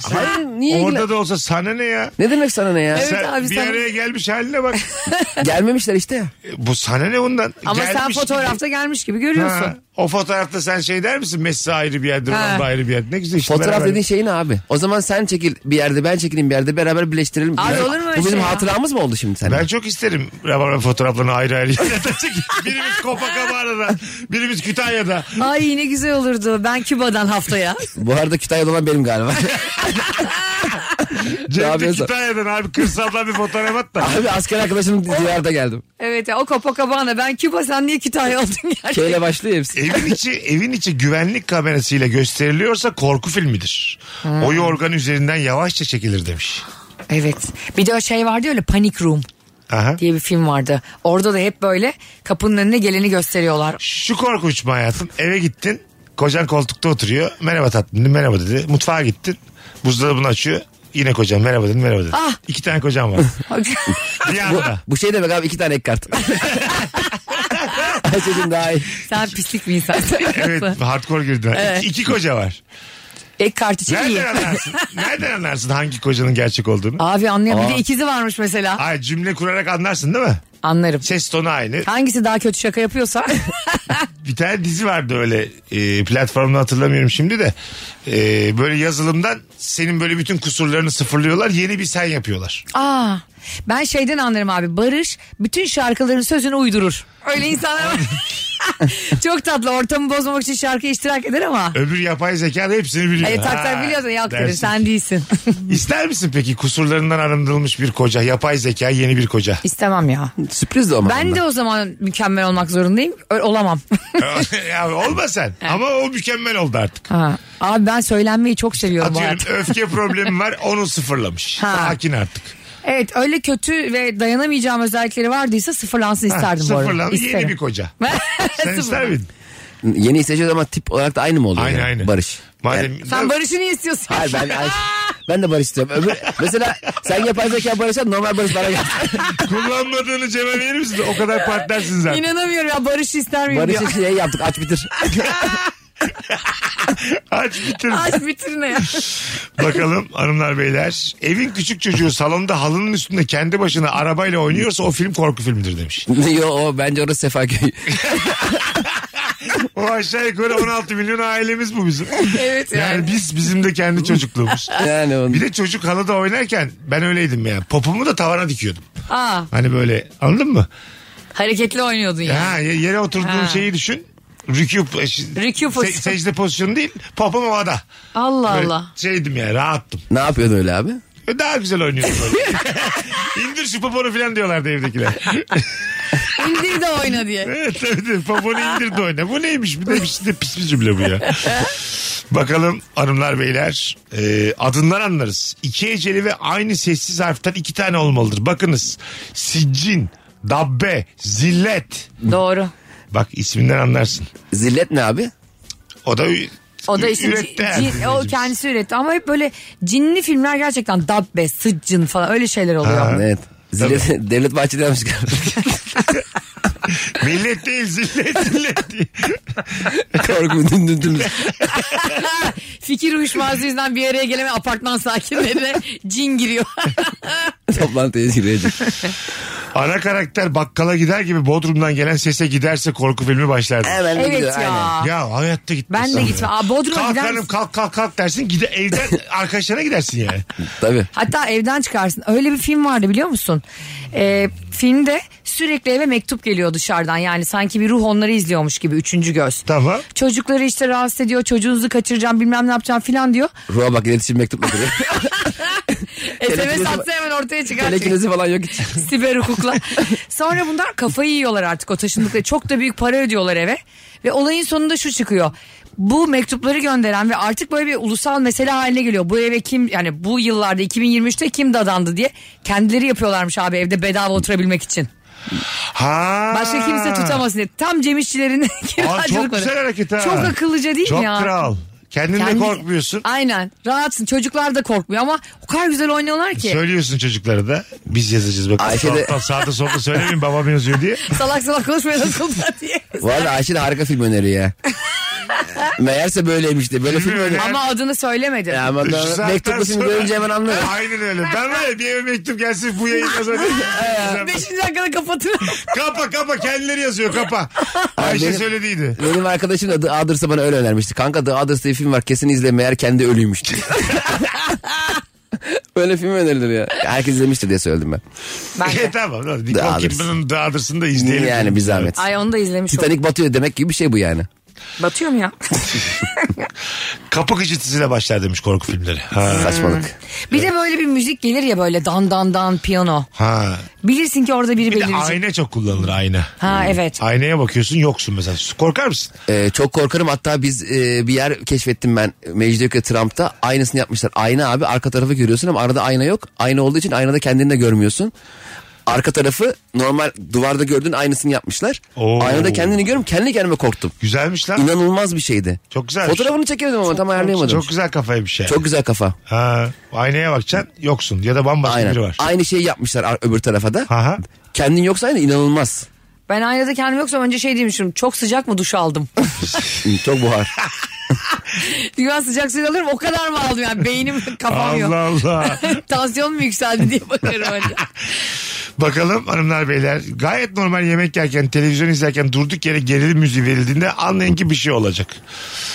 Hayır, niye Orada ilgilen- da olsa sana ne ya? Ne demek sana ne ya? Evet sen, abi, bir sen- araya gelmiş haline bak. Gelmemişler işte. E, bu sana ne bundan? Ama sen Gelmiş fotoğrafta gelmiş gibi görüyorsun. Ha, o fotoğrafta sen şey der misin? Messi ayrı bir yerde, Ha. Ronaldo ayrı bir yerde. Ne güzel işte. Fotoğraf beraber. dediğin şey ne abi? O zaman sen çekil bir yerde ben çekileyim bir yerde beraber birleştirelim. Abi Bizim- olur mu öyle Bu bizim şey ya? hatıramız mı oldu şimdi senin? Ben çok isterim Rabarba fotoğraflarını ayrı ayrı yerlerde çekip. Birimiz Copacabana'da, birimiz Kütahya'da. Ay ne güzel olurdu. Ben Küba'dan haftaya. Bu arada Kütahya'da olan benim galiba. Cem de yapıyorsun? Kütahya'dan abi kırsaldan bir fotoğraf at da. abi asker arkadaşım ziyarete geldim. evet ya o Copacabana. Ben Küba sen niye Kütahya oldun K yani? ile başlıyor hepsi. Evin içi evin içi güvenlik kamerasıyla gösteriliyorsa korku filmidir. Hmm. O yorgan üzerinden yavaşça çekilir demiş. evet. Bir de o şey vardı ya öyle Panic Room Aha. diye bir film vardı. Orada da hep böyle kapının önüne geleni gösteriyorlar. Şu korkunç mu hayatım? Eve gittin. Kocan koltukta oturuyor. Merhaba tatlım dedi, merhaba dedi. Mutfağa gittin. Buzdolabını açıyor. Yine kocan merhaba dedi merhaba dedi. Ah. İki tane kocan var. Bir Bu, anda. bu şey demek abi iki tane ek kart. Ay çocuğum daha iyi. sen pislik bir insansın. Evet hardcore girdiler. Evet. İki, iki koca var. Ek kartı için iyi. Nereden anlarsın? Nereden anlarsın hangi kocanın gerçek olduğunu? Abi anlayamam. Bir Aa. de ikizi varmış mesela. Ay cümle kurarak anlarsın değil mi? Anlarım. Ses tonu aynı. Hangisi daha kötü şaka yapıyorsa. Bir tane dizi vardı öyle e, platformunu hatırlamıyorum şimdi de. E, böyle yazılımdan senin böyle bütün kusurlarını sıfırlıyorlar. Yeni bir sen yapıyorlar. Aa, ben şeyden anlarım abi. Barış bütün şarkıların sözünü uydurur. Öyle insanlar var. Çok tatlı ortamı bozmamak için şarkı iştirak eder ama. Öbür yapay zeka da hepsini biliyor. E, tak tak Ha, biliyorsun yok derim dersin. sen değilsin. İster misin peki kusurlarından arındırılmış bir koca? Yapay zeka yeni bir koca. İstemem ya. Sürpriz de o Ben de o zaman mükemmel olmak zorundayım. Ö- olamam. ya, olma sen. Ama o mükemmel oldu artık. ha. Abi ben söylenmeyi çok seviyorum bu Atıyorum hayatı. öfke problemi var onu sıfırlamış. Ha. Sakin artık. Evet öyle kötü ve dayanamayacağım özellikleri vardıysa sıfırlansın Ha, isterdim bu arada. Sıfırlan İsterim. yeni bir koca. Sen Sıfırlan. ister miydin? Yeni isteyeceğiz ama tip olarak da aynı mı oluyor? Aynı yani? aynı. Barış. Madem, Sen Barış'ı niye istiyorsun? Hayır ben, ben, ben de Barış istiyorum. Öbür, mesela sen yapay zeka Barış'a normal Barış bana gel. kullanmadığını Cem'e verir misin? O kadar partnersin zaten. İnanamıyorum ya Barış'ı ister miyim diyor. Barış'ı şey yaptık aç bitir. Aç bitir. Aç bitirine ya. Bakalım hanımlar beyler. Evin küçük çocuğu salonda halının üstünde kendi başına arabayla oynuyorsa o film korku filmidir demiş. Yo o bence orası Sefaköy. O aşağı yukarı 16 milyon ailemiz bu bizim. Evet Yani, yani. biz bizim de kendi çocukluğumuz. Yani onu. Bir de çocuk halıda oynarken ben öyleydim ya. Popumu da tavana dikiyordum. Aa, Hani böyle anladın mı? hareketli oynuyordun ya. Ha, ye- yere oturduğum Ha. şeyi düşün. Rükû, şey, Rükû pozisyonu. secde pozisyonu değil. Popom havada. Allah Böyle Allah. Şeydim ya rahattım. Ne yapıyordun öyle abi? E, Daha güzel oynuyordum. böyle. İndir şu poponu falan diyorlardı evdekiler. İndir de oyna diye. evet tabii de poponu indir de oyna. Bu neymiş? Bir de, bir de pis bir cümle bu ya. Bakalım hanımlar beyler. E, adından anlarız. İki eceli ve aynı sessiz harften iki tane olmalıdır. Bakınız. Siccin, dabbe, zillet. Doğru. Bak isminden anlarsın. Zillet ne abi? O da O da işte üretti cin- yani. o kendisi üretti ama hep böyle cinli filmler gerçekten dabbe, sıccın falan öyle şeyler oluyor. Evet. Zillet, Devlet Bahçeli'denmiş galiba. Millet değil zillet zillet. diye. Korku dün dün dün. Fikir uyuşmazlığı yüzünden bir araya gelemeyen apartman sakinlerine cin giriyor. Toplantıya girecek. Ana karakter bakkala gider gibi Bodrum'dan gelen sese giderse korku filmi başlar. diyor. Hemen evet gidiyor, aynen. ya. Ya hayatta gitmez. Ben de gitme. Aa, Bodrum'a Kalk gider hanım misin? kalk kalk kalk dersin gide evden arkadaşlarına gidersin yani. Tabii. Hatta evden çıkarsın. Öyle bir film vardı biliyor musun? Ee, filmde sürekli eve mektup geliyor dışarıdan. Yani sanki bir ruh onları izliyormuş gibi. Üçüncü göz. Tamam. Çocukları işte rahatsız ediyor. Çocuğunuzu kaçıracağım bilmem ne yapacağım filan diyor. Ruha bak iletişim mektup mu duruyor? SMS Telekinezi- atsa hemen ortaya çıkar. Telekinezi falan yok hiç. Siber hukukla. Sonra bunlar kafayı yiyorlar artık o taşındıkları. Çok da büyük para ödüyorlar eve. Ve olayın sonunda şu çıkıyor. Bu mektupları gönderen ve artık böyle bir ulusal mesele haline geliyor. Bu eve kim yani bu yıllarda 2023'te kim dadandı diye kendileri yapıyorlarmış abi evde bedava oturabilmek için. Ha. Başka kimse tutamasın diye. Tam Cem İşçilerin Aa, çok güzel hareket ha. Çok akıllıca değil çok mi ya? kral. Kendin Kendi- de korkmuyorsun. Aynen rahatsın çocuklar da korkmuyor ama o kadar güzel oynuyorlar ki. Söylüyorsun çocuklara da biz yazacağız bakın. Ayşe de- Sağda, sağda solda söylemeyin babam yazıyor diye. salak salak konuşmaya nasıl diye. Bu arada Ayşe de harika film öneriyor ya. Meğerse böyleymiş de. Böyle film Bilmiyorum oynuyor. ya. Ama adını söylemedim. Ya ama Şu ben saatten mektuplu film sonra- görünce hemen anlarım. Aynen öyle. Ben var ya bir eve mektup gelsin bu yayın kazanıyor. Beşinci dakikada kapatın. kapa kapa kendileri yazıyor kapa. Ayşe benim- söylediydi. Benim arkadaşım da The Others'ı bana öyle önermişti. Kanka The Others diye film var kesin izle meğer kendi ölüymüş diye. Böyle film önerilir ya. Herkes izlemiştir diye söyledim ben. Ben de. E, tamam. tamam. Nicole Dağılırsın. Kidman'ın dağılırsını da izleyelim. Yani bir zahmet. Ay onu da izlemiş oldum. Titanic batıyor demek gibi bir şey bu yani. Batıyor mu ya? Kapı gıcırtısıyla başlar demiş korku filmleri. Ha. Saçmalık. bir de böyle bir müzik gelir ya böyle dan dan dan piyano. ha. Bilirsin ki orada Bir biri de belirecek. ayna çok kullanılır ayna. Ha evet. Aynaya bakıyorsun yoksun mesela. Korkar mısın? Ee, çok korkarım hatta biz e, bir yer keşfettim ben Mecidiyeköy Trump'ta aynısını yapmışlar. Ayna abi arka tarafı görüyorsun ama arada ayna yok. Ayna olduğu için aynada kendini de görmüyorsun. Arka tarafı normal duvarda gördüğün aynısını yapmışlar. Oo. Aynada kendini görüyorum kendi kendime korktum. Güzelmiş lan. İnanılmaz bir şeydi. Çok güzelmiş. Fotoğrafını çekemedim ama tam ayarlayamadım. Çok güzel kafaymış yani. Çok güzel kafa. Ha, aynaya bakacaksın yoksun ya da bambaşka Aynen. biri var. Aynı şeyi yapmışlar ar- öbür tarafa da. Aha. Kendin yoksa aynı inanılmaz. Ben aynada kendim yoksa önce şey demiştim. Çok sıcak mı duş aldım? Hı, Çok buhar. Dünya sıcak suyu alırım o kadar mı aldım yani beynim kafam Allah yok. Allah. Tansiyon mu yükseldi diye bakarım öyle. Bakalım hanımlar beyler gayet normal yemek yerken televizyon izlerken durduk yere gerilim müziği verildiğinde anlayın ki bir şey olacak.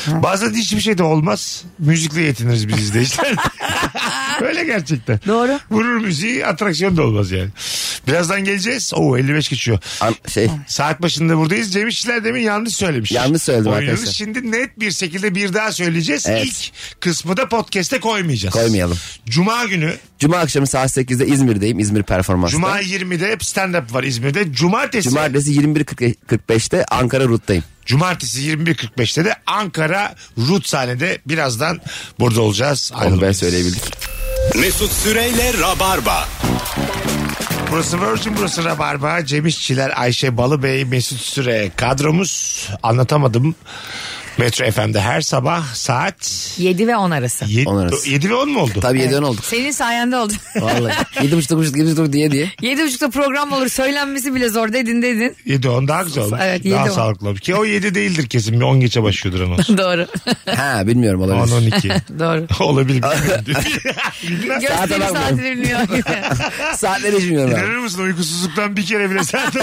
Bazen hiçbir şey de olmaz. Müzikle yetiniriz biz izleyiciler. Öyle gerçekten. Doğru. Vurur müziği atraksiyon da olmaz yani. Birazdan geleceğiz. Oo 55 geçiyor. An- şey Saat başında buradayız. Cem İşçiler demin yanlış söylemiş. Yanlış söyledim Oynuyoruz. arkadaşlar. Şimdi net bir şekilde bir daha söyleyeceğiz. Evet. İlk kısmı da podcast'e koymayacağız. Koymayalım. Cuma günü Cuma akşamı saat 8'de İzmir'deyim. İzmir performansta. Cuma 20'de hep stand-up var İzmir'de. Cumartesi, Cumartesi 21.45'te Ankara Rut'tayım. Cumartesi 21.45'te de Ankara Rut sahnede birazdan burada olacağız. Onu ben Ayrılmayız. söyleyebildim. Mesut Süreyle Rabarba. Burası Virgin, burası Rabarba. Cem İşçiler, Ayşe Balıbey, Mesut Süre kadromuz. Anlatamadım. Metro FM'de her sabah saat 7 ve 10 arası. 7, On arası. ve 10 mu oldu? Tabii 7 olduk. Senin sayende oldu. Vallahi. 7.30 9.30 7.30 diye diye. Yedi buçukta program olur söylenmesi bile zor dedin dedin. 7 10 daha güzel olur. Evet, daha 7-10. sağlıklı olur. Ki o 7 değildir kesin. 10 geçe başlıyordur ama. Doğru. Ha bilmiyorum 10 olabilir. 12. Doğru. Olabilir. Bilmem. Gösteri bakma. saatleri bilmiyor. Saatleri bilmiyorum abi. İnanır mısın uykusuzluktan bir kere bile saat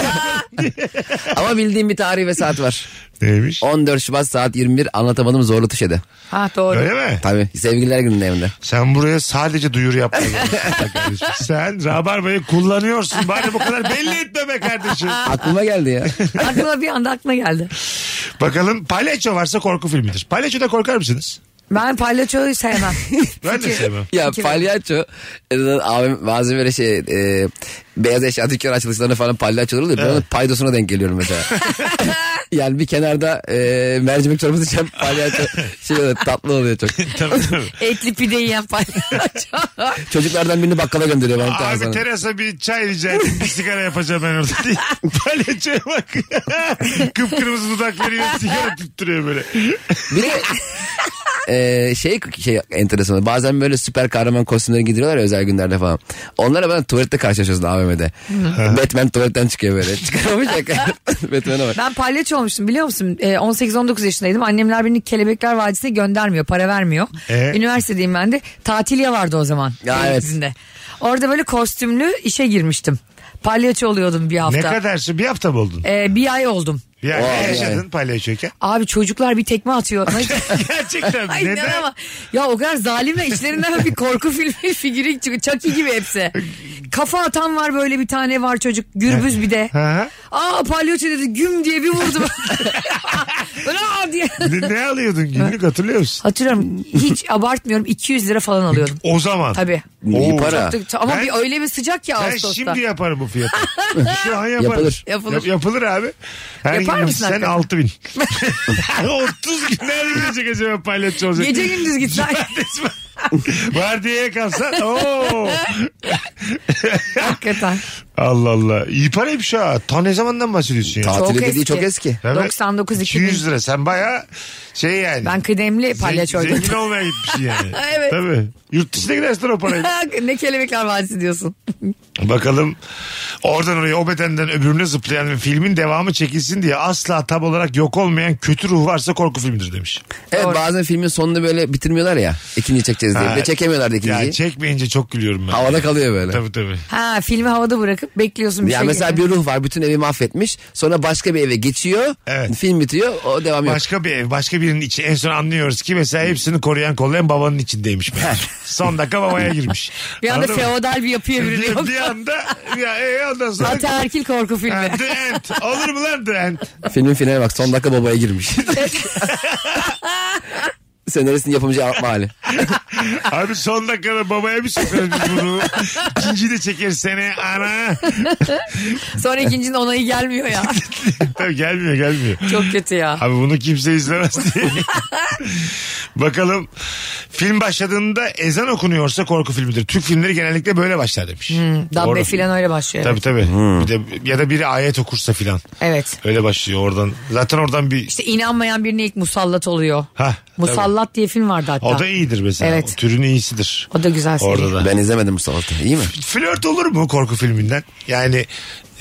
Ama bildiğim bir tarih ve saat var. Neymiş? 14 Şubat saat 21 anlatamadım zorlu tuşede. ha doğru. Öyle mi? Tabii sevgililer gününde hem de. Sen buraya sadece duyuru yapmadın. Sen Rabarba'yı kullanıyorsun. Bari bu kadar belli etme be kardeşim. Aklıma geldi ya. Aklıma bir anda aklına geldi. Bakalım palyaço varsa korku filmidir. Palyaçoda korkar mısınız? Ben palyaçoyu sevmem. Ben de Peki. sevmem. Ya İki- palyaço e, abi bazen böyle şey e, beyaz eşya dükkan açılışlarına falan palyaçolar oluyor. Ben onun paydosuna denk geliyorum mesela. yani bir kenarda e, mercimek çorbası içen palyaço şey oluyor, tatlı oluyor çok. Tabii, tabii. Etli pide yiyen palyaço. Çocuklardan birini bakkala gönderiyor ben Abi tarzına. terasa bir çay rica edeyim. Bir sigara yapacağım ben orada diye. Palyaçoya bak. Kıpkırmızı dudakları yiyor, sigara tüttürüyor böyle. Bir de e, şey, şey enteresan. Bazen böyle süper kahraman kostümleri giydiriyorlar ya özel günlerde falan. Onlara ben tuvalette karşılaşıyorsun AVM'de. Batman tuvaletten çıkıyor böyle. Çıkarmış ya. Batman'e bak. Ben palyaço olmuştum biliyor musun? Ee, 18-19 yaşındaydım. Annemler beni Kelebekler Vadisi'ne göndermiyor. Para vermiyor. Ee? Üniversitedeyim ben de. Tatiliye vardı o zaman. Ya Beylikdüzü'nde. evet. Orada böyle kostümlü işe girmiştim. Palyaço oluyordum bir hafta. Ne kadarsın? Bir hafta mı oldun? Ee, bir ay oldum. Ya ne Vay. yaşadın palyaçoyken? Abi çocuklar bir tekme atıyor. Gerçekten Ay neden? neden ama ya o kadar zalimle içlerinden bir korku filmi figürü çıkıyor. Chucky gibi hepsi. Kafa atan var böyle bir tane var çocuk. Gürbüz bir de. Hı hı. Aa palyaço dedi güm diye bir vurdu. Böyle aa diye. Ne, ne alıyordun günlük hatırlıyor musun? Hatırlıyorum hiç abartmıyorum 200 lira falan alıyordum. O zaman. Tabii. İyi Oo. para. Ama Ben- bir öyle bir sıcak ya Ben Ağustos'ta. şimdi yaparım bu fiyatı. Şu an yaparım. Yapılır. Yapılır. Yap- yapılır abi. Her Yapar gün mısın Sen hakikaten? 6 bin. 30 gün nerede bilecek acaba palyaço olacak? Gece gündüz gitsen. Var diye kalsan. Oo. Hakikaten. Allah Allah. İyi paraymış ha. Ta ne zamandan bahsediyorsun ya? Tatili Çok dediği eski. çok eski. Tabii. 99 200 lira. Sen baya şey yani. Ben kıdemli palyaço Zengin- oldum. Zengin olmaya gitmişsin yani. Evet. Tabii. Yurt dışına gidersin o parayla. ne kelebekler vadisi diyorsun. Bakalım oradan oraya o bedenden öbürüne zıplayan ve filmin devamı çekilsin diye asla tab olarak yok olmayan kötü ruh varsa korku filmidir demiş. Evet Doğru. bazen filmin sonunu böyle bitirmiyorlar ya. İkinci çekeceğiz diye. Ha. Ve çekemiyorlar da Ya ikinciyi. çekmeyince çok gülüyorum ben. Havada kalıyor böyle. Tabii tabii. Ha filmi havada bırakıp bekliyorsun bir Ya şey. mesela gibi. bir ruh var bütün evi mahvetmiş. Sonra başka bir eve geçiyor. Evet. Film bitiyor. O devam yok. Başka bir ev, başka birinin içi. En son anlıyoruz ki mesela hepsini koruyan kollayan babanın içindeymiş. meğer. son dakika babaya girmiş. Bir anda Anladın mı? feodal bir yapıya bürünüyor. bir, bir anda ya, e, ondan sonra Ataerkil korku filmi. Ha, The End. Olur mu lan The End? Filmin finaline bak son dakika babaya girmiş. Senaristin yapımcı Arap Mali. Abi son dakikada babaya bir sokarız biz bunu. İkinciyi de çeker sene ana. Sonra ikincinin onayı gelmiyor ya. Tabii gelmiyor gelmiyor. Çok kötü ya. Abi bunu kimse izlemez diye. Bakalım film başladığında ezan okunuyorsa korku filmidir. Türk filmleri genellikle böyle başlar demiş. Hmm, Dabbe Doğru. filan öyle başlıyor. Tabii tabii. Hmm. Bir de, ya da biri ayet okursa filan. Evet. Öyle başlıyor oradan. Zaten oradan bir... İşte inanmayan birine ilk musallat oluyor. Ha, musallat diye film vardı hatta. O da iyidir mesela. Evet. O türün iyisidir. O da güzel seri. Orada da. Ben izlemedim bu salatı. İyi mi? Flört olur mu korku filminden? Yani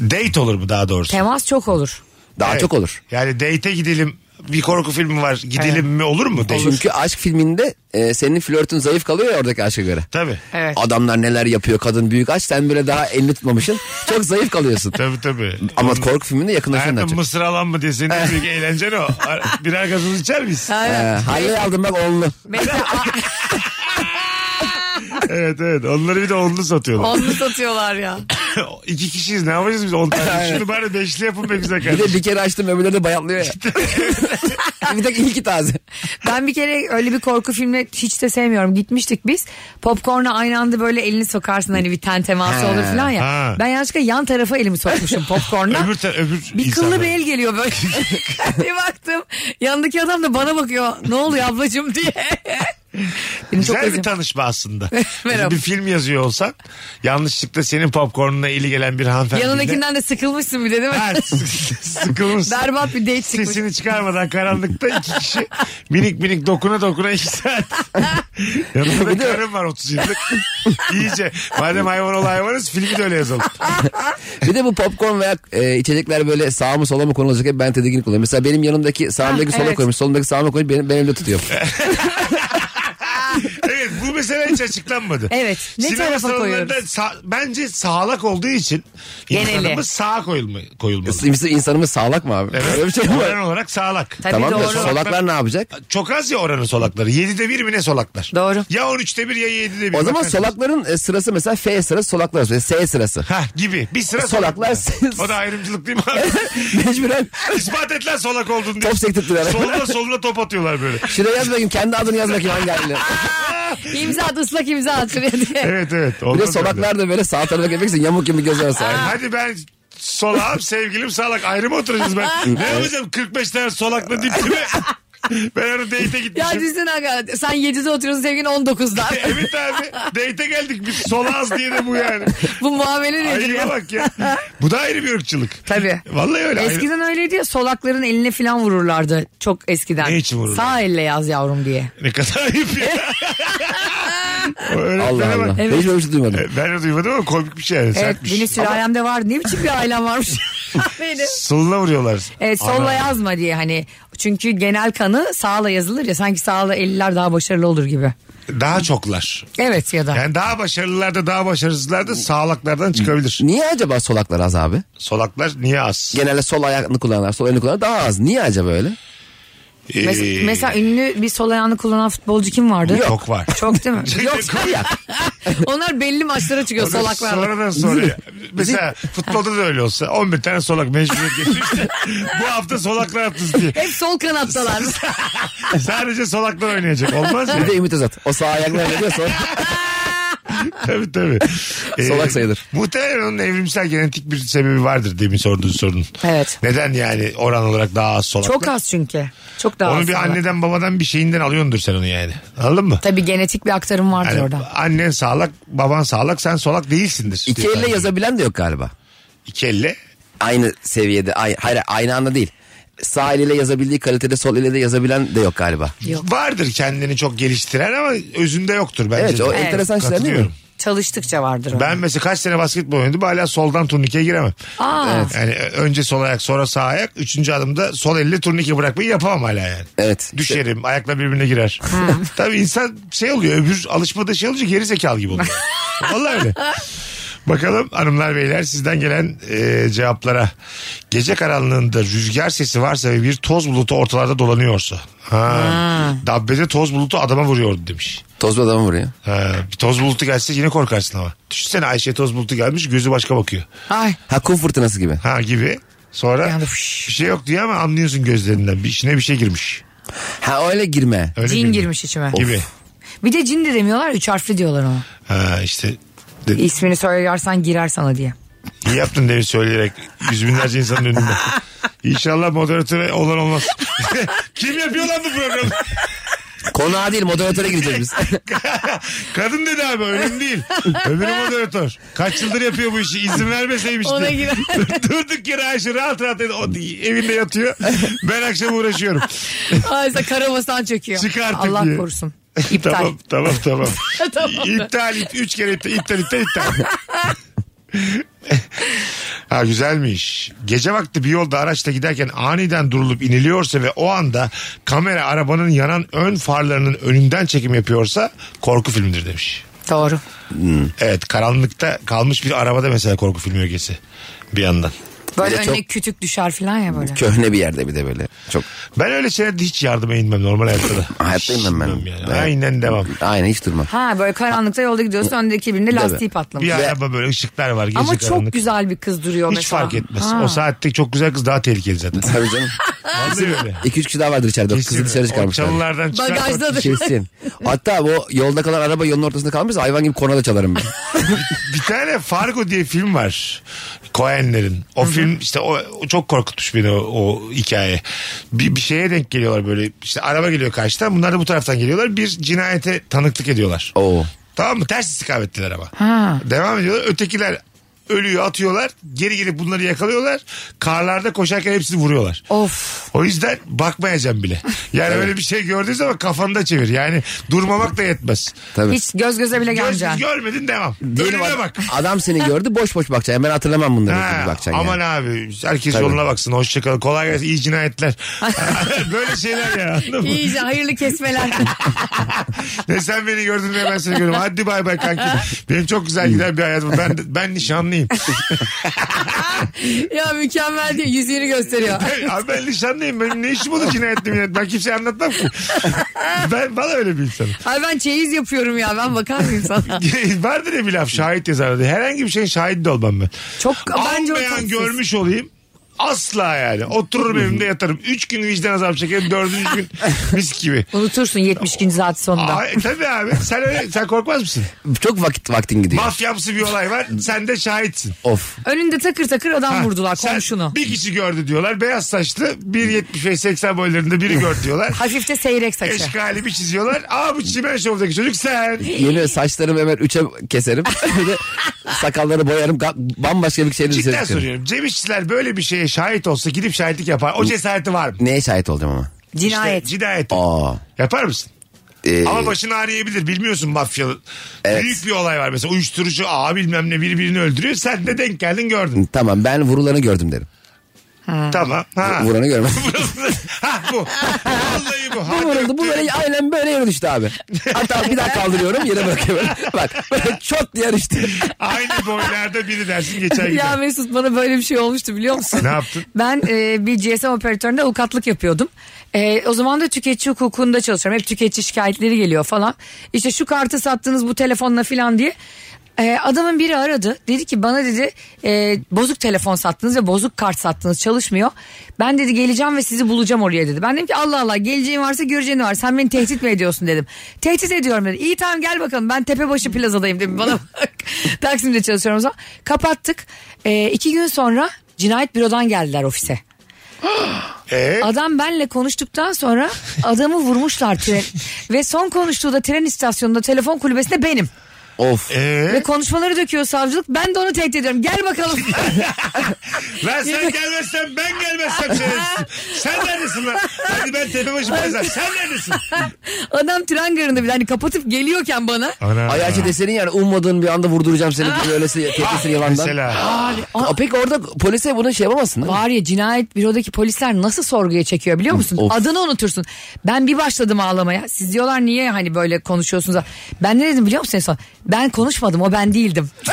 date olur mu daha doğrusu? Temas çok olur. Daha Evet. çok olur. Yani date'e gidelim bir korku filmi var gidelim mi olur mu? Date. Çünkü aşk filminde e, senin flörtün zayıf kalıyor ya oradaki aşka göre. Tabii. Evet. Adamlar neler yapıyor kadın büyük aç sen böyle daha elini tutmamışsın. Çok zayıf kalıyorsun. Tabii tabii. Ama korku filminde yakınlaşıyorsun daha Hayatım çok. mısır alan mı diye senin en büyük eğlencen o. Ar- Birer gazoz içer miyiz? Ee, Hayır aldım bak oğlum. Mesela evet evet. Onları bir de onlu satıyorlar. onu satıyorlar ya. İki kişiyiz ne yapacağız biz? On tane. Şunu bari beşli yapın be güzel Bir de kardeşim. bir kere açtım öbürleri de bayatlıyor ya. bir tek ilki taze. Ben bir kere öyle bir korku filmi hiç de sevmiyorum. Gitmiştik biz. Popcorn'a aynı anda böyle elini sokarsın hani bir ten teması olur falan ya. ha. Ben yanlışlıkla yan tarafa elimi sokmuşum popcorn'a. Öbür, ta- öbür bir kıllı insanlar. bir el geliyor böyle. bir baktım yandaki adam da bana bakıyor. Ne oluyor ablacığım diye. Benim çok Güzel bir özüm- tanışma aslında. Merhaba. bir film yazıyor olsan yanlışlıkla senin popcornuna eli gelen bir hanımefendi. Yanındakinden de sıkılmışsın bir de değil mi? sıkılmış. Berbat bir date çıkmış. Sesini çıkarmadan karanlıkta iki kişi minik minik dokuna dokuna iki saat. Yanımda karım var 30 yıllık. İyice. Madem hayvan ol hayvanız filmi de öyle yazalım. Bir de bu popcorn veya e, içecekler böyle sağa mı sola mı konulacak hep ben tedirgin kullanıyorum. Mesela benim yanımdaki sağımdaki Ha, sola Ah, evet. koymuş, solumdaki sağıma koymuş benim, ben elimde tutuyor. Evet bu mesele hiç açıklanmadı. Evet, ne Sinema tarafa salonlarında koyuyoruz? sa- bence sağlak olduğu için Geneli. insanımız sağa koyulma, koyulmalı. Bizim insanımız sağlak mı abi? Evet. Öyle bir şey mi Oran var? olarak sağlak. Tabii Tamam da doğru. solaklar ne yapacak? Çok az ya oranın solakları. 7'de 1 mi ne solaklar? Doğru. Ya 13'te 1 ya 7'de 1. O zaman solakların e, sırası mesela F sırası solaklar sırası. S sırası. Ha gibi. Bir sıra Solaklar solak. O da ayrımcılık değil mi abi? Mecburen İspat et lan solak olduğunu. diye. top sektirttiler. Soluna soluna top atıyorlar böyle. Şuraya yaz bakayım kendi adını yaz bakayım hangi aileler. İmza at ıslak imza at şuraya diye. Evet evet. Bir de Olmaz öyle. solaklar da böyle sağ tarafa gelmekse yamuk gibi gözler sağ. E, Hadi ben solağım sevgilim salak ayrı mı oturacağız ben? ne yapacağım 45 tane solakla dip dibe. ben onu date'e Ya gitmişim. düşünsene hakikaten. Sen 7'de oturuyorsun sevgin 19'da. evet abi date'e geldik biz solağız diye de bu yani. Bu muamele nedir Ayrıya ya? bak ya. Bu da ayrı bir ırkçılık. Tabii. Vallahi öyle. Ayrı- Eskiden öyleydi ya solakların eline falan vururlardı çok eskiden. Ne için vururlar? Sağ elle yaz yavrum diye. Ne kadar ayıp ya. Öğretmene Allah Allah. bak. E, Ben Hiç böyle bir şey duymadım. Ben de duymadım ama komik bir şey yani. Evet sertmiş. benim sülalemde vardı. Ne biçim bir ailem varmış. benim. Soluna vuruyorlar. Evet E, solla Ana. yazma diye hani. Çünkü genel kanı sağla yazılır ya sanki sağla eller daha başarılı olur gibi. Daha çoklar. Evet ya da. Yani daha başarılılar da daha başarısızlar da sağlaklardan çıkabilir. Niye acaba solaklar az abi? Solaklar niye az? Genelde sol ayağını kullananlar, sol elini kullananlar daha az. Niye acaba öyle? Mes- Ee, mesela ünlü bir sol ayağını kullanan futbolcu kim vardı? Çok var. Çok değil mi? Yok. Ya, Onlar belli maçlara çıkıyor solaklarla. Sonradan sonra. ya. Mesela futbolda da öyle olsa 11 tane solak mecburiyet getirmişti. Bu hafta solaklar yaptınız diye. Hep sol kanattalar. Sadece solaklar oynayacak. Olmaz mı? bir de Ümit Özat. O sağ ayaklarını diyor sonra. tabii tabii. Ee, Solak sayılır. Muhtemelen onun evrimsel genetik bir sebebi vardır demin sorduğun sorunun. Evet. Neden yani oran olarak daha az solak? Çok az çünkü. Çok daha Onu az. bir sonra. anneden babadan bir şeyinden alıyordur sen onu yani. Anladın mı? Tabii genetik bir aktarım vardır Yani orada. annen sağlak, baban sağlak, sen solak değilsindir. İki diye elle tahmin ediyorum. yazabilen de yok galiba. İki elle. Aynı seviyede. ay- hayır aynı anda değil. Sağ eliyle yazabildiği kalitede sol eliyle de yazabilen de yok galiba. Yok. Vardır kendini çok geliştiren ama özünde yoktur bence. Evet, de. o enteresan şeyler değil mi? Katılıyorum. Çalıştıkça vardır o. Ben mesela kaç sene basketbol oynadım hala soldan turnikeye giremem. Aa, Yani önce sol ayak sonra sağ ayak. Üçüncü adımda sol elle turnike bırakmayı yapamam hala yani. Evet. Düşerim ayaklar birbirine girer. Tabii insan şey oluyor öbür alışmada şey olunca geri zekalı gibi oluyor. Vallahi öyle. Bakalım hanımlar beyler sizden gelen e, cevaplara. Gece karanlığında rüzgar sesi varsa ve bir toz bulutu ortalarda dolanıyorsa. Ha. Dabbede toz bulutu adama vuruyordu demiş. Toz bir adamı vuruyor. Ha, bir toz bulutu gelse yine korkarsın ama. Düşünsene Ayşe toz bulutu gelmiş gözü başka bakıyor. ay. Ha kum fırtınası gibi. Ha gibi. Sonra Yani fış. bir şey yok diyor ama anlıyorsun gözlerinden. Bir içine bir şey girmiş. Ha öyle girme. Öyle Cin mi? girmiş içime. Gibi. Bir de cin de demiyorlar üç harfli diyorlar ona. Ha işte de- İsmini söylersen girer sana diye. iyi yaptın demin söyleyerek yüz binlerce insanın önünde. İnşallah moderatöre olan olmaz. Kim yapıyor lan bu programı? Konağa değil moderatöre gireceğiz biz. Kadın dedi abi önemli değil. Öbürü moderatör. Kaç yıldır yapıyor bu işi izin vermeseymiş Ona diye. girer. Durduk yere Ayşe rahat rahat dedi. O evinde yatıyor. Ben akşam uğraşıyorum. Aysa karabasan çöküyor. Çıkar Allah tüpüğü. korusun. İptal. tamam tamam tamam. Tamam. İptal ip, üç kere iptal iptal iptal iptal. ha güzelmiş. Gece vakti bir yolda araçla giderken aniden durulup iniliyorsa ve o anda kamera arabanın yanan ön farlarının önünden çekim yapıyorsa korku filmidir demiş. Doğru. Evet karanlıkta kalmış bir arabada mesela korku filmi ögesi bir yandan. Böyle Bir de önüne çok- kütük düşer falan ya böyle. Köhne bir yerde bir de böyle. Çok Ben öyle şeylerde hiç yardıma inmem normal hayatta da. hayatta inmem ben. Hiç Yani. Ben- Aynen devam. Aynen hiç durmam. Ha böyle karanlıkta yolda gidiyorsun öndeki birinde lastiği patlamış. Bir araba böyle ışıklar var gece Ama çok karanlık. güzel bir kız duruyor Hiç mesela. fark etmez. Ha. O saatte çok güzel kız daha tehlikeli zaten. Tabii canım. Vallahi öyle. İki üç kişi daha vardır içeride. O Kesin. Kızı dışarı çıkarmışlar. Çalılardan çıkar. Bagajdadır. Kesin. Hatta o yolda kalan araba yolun ortasında kalmışsa hayvan gibi korna da çalarım ben. Bir tane Fargo diye film var. Coen'lerin. O film işte o, o çok korkutmuş beni o, o hikaye. Bir, bir şeye denk geliyorlar böyle. İşte araba geliyor karşıdan. Bunlar da bu taraftan geliyorlar. Bir cinayete tanıklık ediyorlar. Oo. Tamam mı? Ters istikamettiler ama. Devam ediyorlar. Ötekiler ölüyor atıyorlar. Geri gelip bunları yakalıyorlar. Karlarda koşarken hepsini vuruyorlar. Of. O yüzden bakmayacağım bile. Yani öyle bir şey gördüğün zaman kafanı da çevir. Yani durmamak da yetmez. Tabii. Hiç göz göze bile Göz, gelmeyeceksin. görmedin devam. Diyelim Önüne ad- bak. Adam seni gördü boş boş bakacaksın. Ben hatırlamam bunları. Ha, gibi bakacaksın aman yani. abi herkes Tabii. yoluna baksın hoşçakal kolay gelsin iyi cinayetler böyle şeyler ya anladın mı? İyice hayırlı kesmeler. ne sen beni gördün ne ben seni gördüm hadi bay bay kanki benim çok güzel giden bir hayatım ben, ben nişanlıyım ya mükemmel diyor. Yüzüğünü gösteriyor. abi ben nişanlıyım benim ne işim olur cinayetle minnet ben kimseye anlatmam ki ben bana öyle bir insanım Ay ben çeyiz yapıyorum ya ben bakar mıyım sana? vardır ya bir laf şahit yazardı herhangi bir şeyin şahidi de olmam ben Çok bence o Almayan tatsız. görmüş olayım. Asla yani. Otururum evimde yatarım. Üç gün vicdan azabı çekerim. Dördüncü gün mis gibi. Unutursun 70 gün saat sonunda. Ay, tabii abi. Sen öyle, sen korkmaz mısın? Çok vakit vaktin gidiyor. Mafyamsı bir olay var. Sen de şahitsin. of. Önünde takır takır adam Ha, vurdular sen- komşunu. Bir kişi gördü diyorlar. Beyaz saçlı 1.75-80 boylarında biri gördü diyorlar. Hafif de seyrek saçı. Eşkali bir çiziyorlar. Aa bu çimen şovdaki çocuk sen. Yeni saçlarımı hemen üçe keserim. Bir de sakalları boyarım. Ga- Bambaşka bir şeyle dışarı Cidden çıkarım. soruyorum. Cem İşçiler böyle bir şeye şahit olsa gidip şahitlik yapar. O cesareti var mı? Neye şahit olacağım ama? Cinayet. İşte cinayet. Aa. Yapar mısın? Ee, Ama başını ağrıyabilir. Bilmiyorsun mafyalı. Evet. Büyük bir olay var mesela. Uyuşturucu ağa bilmem ne birbirini öldürüyor. Sen de denk geldin gördün. Tamam ben vurulanı gördüm derim. Tamam. Ha. Vuranı görmedim. ha bu. Vallahi bu. Hadi Bu vuruldu. Bu öptüm. böyle aynen böyle yere düştü abi. Hatta bir daha kaldırıyorum yere bırakıyorum. Bak böyle çot diye düştü. Aynı boylarda biri dersin geçer gider. Ya Mesut bana böyle bir şey olmuştu biliyor musun? Ne yaptın? Ben e, bir GSM operatöründe avukatlık yapıyordum. E, o zaman da tüketici hukukunda çalışıyorum. Hep tüketici şikayetleri geliyor falan. İşte şu kartı sattınız bu telefonla falan diye. Ee, adamın biri aradı. Dedi ki bana dedi e, bozuk telefon sattınız ve bozuk kart sattınız çalışmıyor. Ben dedi geleceğim ve sizi bulacağım oraya dedi. Ben dedim ki Allah Allah geleceğin varsa göreceğin var. Sen beni tehdit mi ediyorsun dedim. Tehdit ediyorum dedi. İyi tamam gel bakalım ben Tepebaşı plazadayım dedim. Bana bak. Taksim'de çalışıyorum o zaman. Kapattık. Ee, iki gün sonra cinayet bürodan geldiler ofise. Ee, Adam benle konuştuktan sonra adamı vurmuşlar tren. ve son konuştuğu da tren istasyonunda telefon kulübesinde benim. Of. ee, Ve konuşmaları döküyor savcılık. Ben de onu tehdit ediyorum. Gel bakalım. lan sen gelmezsen ben gelmezsem şerefsizim. Sen neredesin lan? Hadi ben tepebaşı pazar. Sen neredesin? Adam tren garında bir hani kapatıp geliyorken bana. Ana. Ayaçı desenin yani ummadığın bir anda vurduracağım seni böyle öylesi tepkisi yalandan. Mesela. Aa, Peki orada polise bunu şey yapamazsın değil mi? Var ya cinayet bürodaki polisler nasıl sorguya çekiyor biliyor musun? Of. Adını unutursun. Ben bir başladım ağlamaya. Siz diyorlar niye hani böyle konuşuyorsunuz? Ben ne dedim biliyor musun en son? Ben konuşmadım o ben değildim.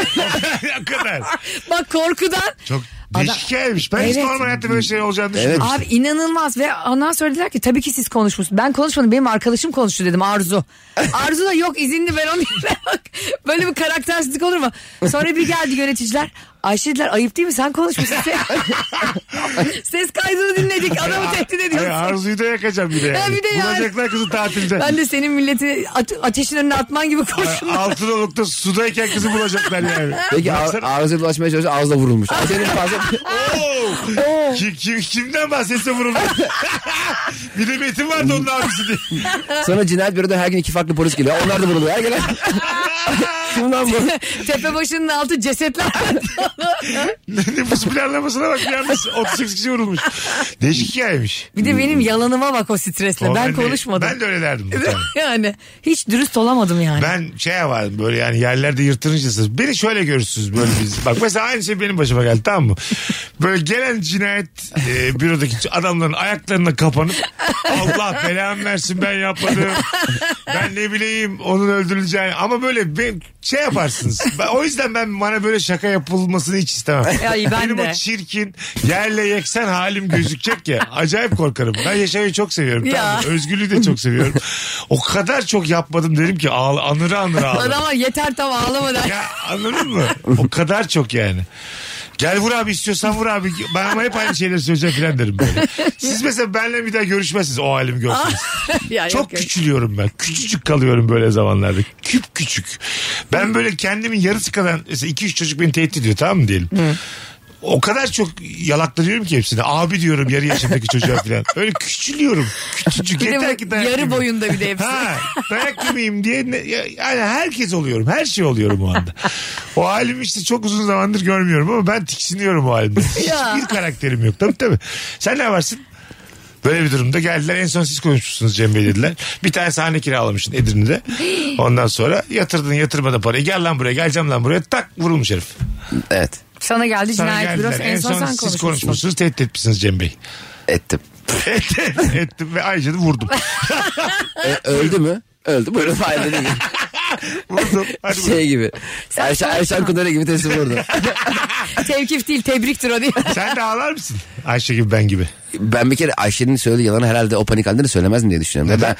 o kadar. Bak korkudan. Çok Adam- değişik hikayeymiş. Ben hiç Evet. normal hayatta böyle şey olacağını düşünmüyorum. Abi inanılmaz ve ondan sonra dediler ki tabii ki siz konuşmuşsunuz. Ben konuşmadım benim arkadaşım konuştu dedim Arzu. Arzu da yok izinli ben onu Bak, Böyle bir karaktersizlik olur mu? Sonra bir geldi yöneticiler. Ayşe dediler ayıp değil mi sen konuşmuşsun. Ses- Ses kaydını dinledik adamı tehdit Ay, ediyorsun. Arzu'yu da yakacağım bir de yani. Ha, bir de yani. Bulacaklar kızı tatilde. Ben de senin milleti ate- ateşin önüne atman gibi kurşun. Altınoluk'ta sudayken kızı bulacaklar yani. Peki ağ- Baksana- ağzına bulaşmaya çalışıyor ağızla vurulmuş. Ay, Senin fazla... Oo! Kim, kim, kimden bahsetse vurulur. bir de Metin vardı onun abisi diye. Sonra cinayet büroda her gün iki farklı polis geliyor. Onlar da vuruluyor. Her gelen... Şundan bu. Tepe başının altı cesetler. Nüfus planlamasına bak yalnız 38 kişi vurulmuş. Değişik hikayeymiş. bir de benim yalanıma bak o stresle. O Ben de- konuşmadım. Ben de öyle derdim. bu tabii. yani hiç dürüst olamadım yani. Ben şey yapardım böyle yani yerlerde yırtınıcısınız. Beni şöyle görürsünüz böyle biz. Bak mesela aynı şey benim başıma geldi tamam mı? Böyle gelen cinayet e, bürodaki adamların ayaklarına kapanıp Allah belamı versin ben yapmadım. Ben ne bileyim onun öldürüleceğini ama böyle ben, şey yaparsınız. Ben- o yüzden ben bana böyle şaka yapılmasını hiç istemem. Ay, ben benim o de. çirkin yerle yeksen halim gözükecek ya. Acayip korkarım. Ben yaşamayı çok seviyorum. Ya. Tamam mı? Özgürlüğü de çok seviyorum. O kadar çok yapmadım dedim ki ağla, anıra anıra ağladım. Adamlar yeter tam ağlama der. Ya anladın mı? O kadar çok yani. Gel vur abi istiyorsan vur abi. Ben ama hep aynı şeyleri söyleyeceğim falan derim böyle. Siz mesela benimle bir daha görüşmezsiniz o halimi görseniz. Ya Çok yok yok. küçülüyorum ben. Küçücük kalıyorum böyle zamanlarda. Küp küçük. Ben böyle kendimin yarısı kadar mesela 2-3 çocuk beni tehdit ediyor tamam mı diyelim. O kadar çok yalaklanıyorum ki hepsine. Abi diyorum yarı yaşındaki çocuğa falan. Öyle küçülüyorum. Küçücük Bir de yeter bu ki dayak yarı yemeyeyim. boyunda bir de hepsi. Ha, dayak yemeyeyim diye ne- ya- yani herkes oluyorum. Her şey oluyorum o anda. o halimi işte çok uzun zamandır görmüyorum ama ben tiksiniyorum o halimden. Ya. Hiçbir karakterim yok. Tabii tabii. Sen ne varsın? Böyle bir durumda geldiler en son siz konuşmuşsunuz Cem Bey dediler. Bir tane sahne kiralamışsın Edirne'de. Ondan sonra yatırdın yatırmadın parayı. Gel lan buraya geleceğim lan buraya. Tak vurulmuş herif. Evet Sana geldi Sana cinayet bürosu en son siz sen konuşmuşsun. konuşmuşsunuz tehdit etmişsiniz Cem Bey. ettim. Ettim ve ayrıca da vurdum. E, öldü mü? Öldü. Buyurun hayır dedi. vurdum. Hadi buyurun. Şey gibi. Sen Erşan, konuşma. Erşan Kuneri gibi teslim vurdu. Tevkif değil tebriktir o diye. Sen de ağlar mısın? Ayşe gibi ben gibi. ben bir kere Ayşe'nin söylediği yalanı herhalde o panik halinde söylemezdim diye düşünüyorum. Neden? Ben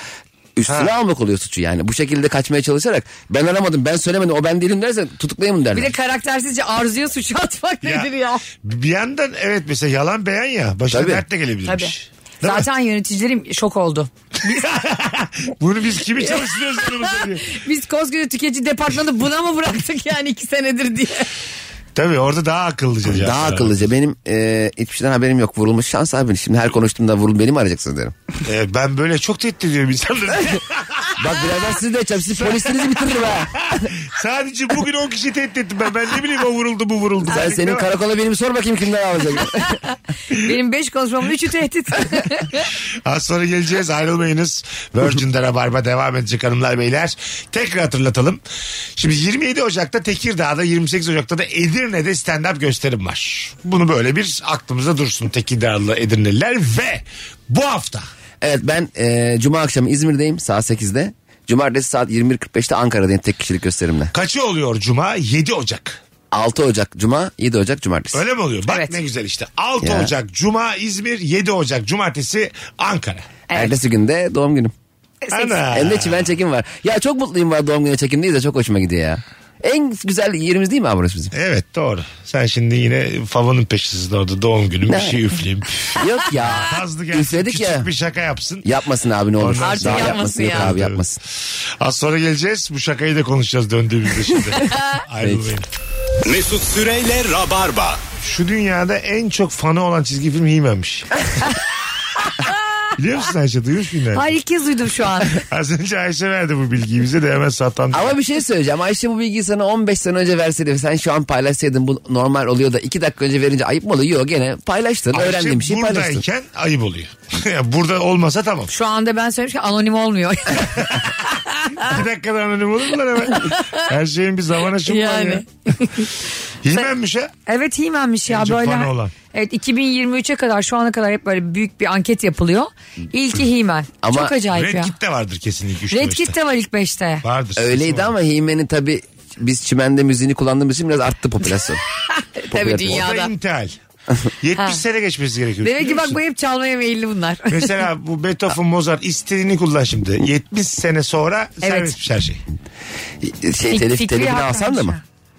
üstüne almak oluyor suçu yani. Bu şekilde kaçmaya çalışarak ben aramadım ben söylemedim o ben değilim dersen tutuklayayım derler. Bir de karaktersizce arzuya suçu atmak Ya. nedir ya? Bir yandan evet mesela yalan beyan ya. Başına Tabii. dert de gelebilirmiş. Tabii. Değil mi? Zaten yöneticilerim şok oldu. Bunu biz kimi çalıştırıyoruz yanımızda diye. Biz koskoca tüketici departmanı buna mı bıraktık yani iki senedir diye. Tabii orada daha akıllıca. Daha yaptılar. akıllıca benim e, hiçbir şeyden haberim yok vurulmuş şans abi şimdi her konuştuğumda vurul beni mi arayacaksınız derim. Ee, ben böyle çok tehdit ediyorum insanları. Bak birazdan sizi de yapacağım siz polisinizi bitiririm ha. Sadece bugün 10 kişi tehdit ettim ben. Ben ne bileyim o vuruldu bu vuruldu. Sen Ben senin karakola benim sor bakayım kimden alacak. Benim beş konuşmamın üçü tehdit. Az sonra geleceğiz ayrılmayınız. Virgin'de Rabarba devam edecek hanımlar beyler. Tekrar hatırlatalım. Şimdi 27 Ocak'ta Tekirdağ'da 28 Ocak'ta da Edirne'de stand-up gösterim var. Bunu böyle bir aklımızda dursun Tekirdağlı Edirneliler ve bu hafta Evet ben e, cuma akşamı İzmir'deyim saat 8'de. Cumartesi saat 21.45'te Ankara'dayım tek kişilik gösterimle. kaçı oluyor Cuma? 7 Ocak. 6 Ocak Cuma 7 Ocak Cumartesi. Öyle mi oluyor? Bak Evet. ne güzel işte. 6 Ya. Ocak Cuma İzmir, 7 Ocak Cumartesi Ankara. Ertesi günde doğum günüm. Ana. Hem de çimen çekim var. Ya çok mutluyum var doğum günü çekimdeyiz de çok hoşuma gidiyor ya. En güzel yerimiz değil mi abi burası bizim? Evet doğru. Sen şimdi yine favanın peşindesin orada doğum günü bir şey üfleyeyim. Yok ya. Fazla gelsin Üfledik küçük ya. bir şaka yapsın. Yapmasın abi ne olur. Ondan Artık Daha yapmasın yapmasın yok ya. abi yapmasın. Az sonra geleceğiz bu şakayı da konuşacağız döndüğümüzde şimdi. Ayrılmayın. Mesut Süreyle Rabarba. Şu dünyada en çok fanı olan çizgi film He-Man'miş. Biliyor musun Ayşe duymuş muydun? Hayır ilk kez duydum şu an. Az önce Ayşe verdi bu bilgiyi bize de hemen satan. Ama bir şey söyleyeceğim. Ayşe bu bilgiyi sana 15 sene önce verseydi ve sen şu an paylaşsaydın bu normal oluyor da 2 dakika önce verince ayıp mı oluyor? Yok gene paylaştın. öğrendiğim şeyi paylaştın. buradayken ayıp oluyor. Yani burada olmasa tamam. Şu anda ben söylemişken anonim olmuyor. Bir dakikada anonim olur mu lan hemen? Her şeyin bir zaman aşımı yani. var Yani. ya. He-Man'miş ha. evet Himen'miş En ya çok böyle. fanı olan. Evet 2023'e kadar şu ana kadar hep böyle büyük bir anket yapılıyor. İlki Himen. Ama Çok acayip Red ya. Kit de vardır kesinlikle. Üçte Red beşte. Kit de var ilk 5'te. Vardır. Öyleydi Kesin ama Himen'in tabi biz çimende müziğini kullandığımız için biraz arttı popülasyon. Tabii Popüler O da dünyada. intihal. 70 sene geçmesi gerekiyor. Demek ki Biliyor bak musun? bu hep çalmaya meyilli bunlar. Mesela bu Beethoven, Mozart istediğini kullan şimdi. 70 sene sonra serbestmiş her şey. şey Fik- telif, Fikri telifini Hakan alsan da mı?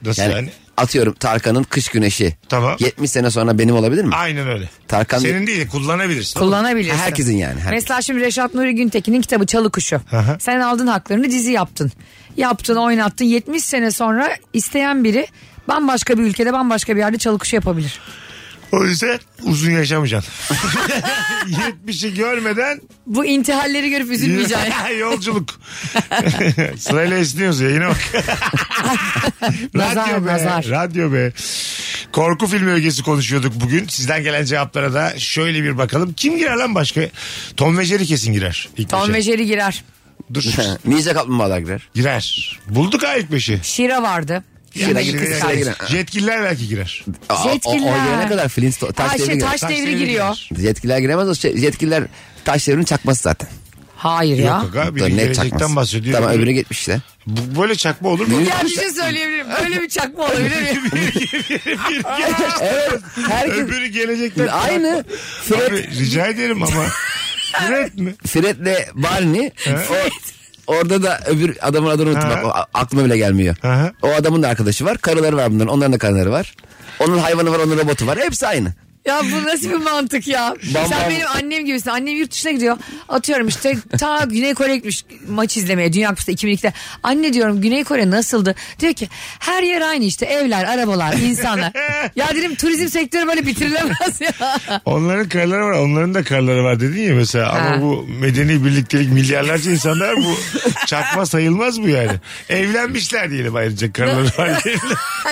Nasıl yani? Yani, atıyorum Tarkan'ın Kış Güneşi. Tamam. 70 sene sonra benim olabilir mi? Aynen öyle. Tarkan Senin değil kullanabilirsin. Kullanabilirsin. Herkesin yani, herkesin. Mesela şimdi Reşat Nuri Güntekin'in kitabı Çalı Kuşu. Aha. Sen aldın haklarını dizi yaptın. Yaptın oynattın 70 sene sonra isteyen biri bambaşka bir ülkede bambaşka bir yerde Çalı Kuşu yapabilir. o yüzden uzun yaşamayacaksın. 70'i görmeden Bu intihalleri görüp üzülmeyeceksin. yolculuk. Sırayla esniyoruz yayına bak. radyo Nazar, be. nazar. Radyo be. Korku filmi ögesi konuşuyorduk bugün. Sizden gelen cevaplara da şöyle bir bakalım. Kim girer lan başka? Tom ve Jerry kesin girer. İlk Tom beşe. ve Jerry girer. Dur. Ninja Kaplumbağalar girer. girer. Bulduk ha ilk beşi. Şira vardı. Şira Yani girer, kız Şira kardeş. girer. Jetgiller belki girer. Aa, o- O, o Jetgiller. girene kadar Flintstone. Taş Ay, şey, devri girer. taş devri devri giriyor. girer. Jetkiler giremez o şey, jetkiler taş devrinin çakması zaten. Hayır ya. Yok aga biri Tabii, net gelecekten çakması. bahsediyor. Tamam Biri- öbürü gitmiş de. Bu- Böyle çakma olur mu? Ya bir şey söyleyebilirim. Öyle bir çakma olabilir mi? evet. Herkes Öbürü gelecekten. aynı. Fred, Abi, rica ederim ama. Fred mi? Fred'le Barney. o- orada da öbür adamın adını unuttum. Ha. Bak, o a- aklıma bile gelmiyor. Aha. O adamın da arkadaşı var. Karıları var bunların. Onların da karıları var. Onun hayvanı var, onun robotu var. Hepsi aynı. Ya bu nasıl bir mantık ya? Sen bam. benim annem gibisin. Annem yurt dışına gidiyor. Atıyorum işte ta Güney Kore gitmiş maç izlemeye. Dünya Kupası 2002'de. Anne diyorum Güney Kore nasıldı? Diyor ki her yer aynı işte. Evler, arabalar, insanlar. ya dedim turizm sektörü böyle bitirilemez ya. Onların karları var. Onların da karları var dedin ya mesela. Ama Ha. bu medeni birliktelik milyarlarca insanlar bu çakma sayılmaz bu yani. Evlenmişler diyelim ayrıca karları var diyelim.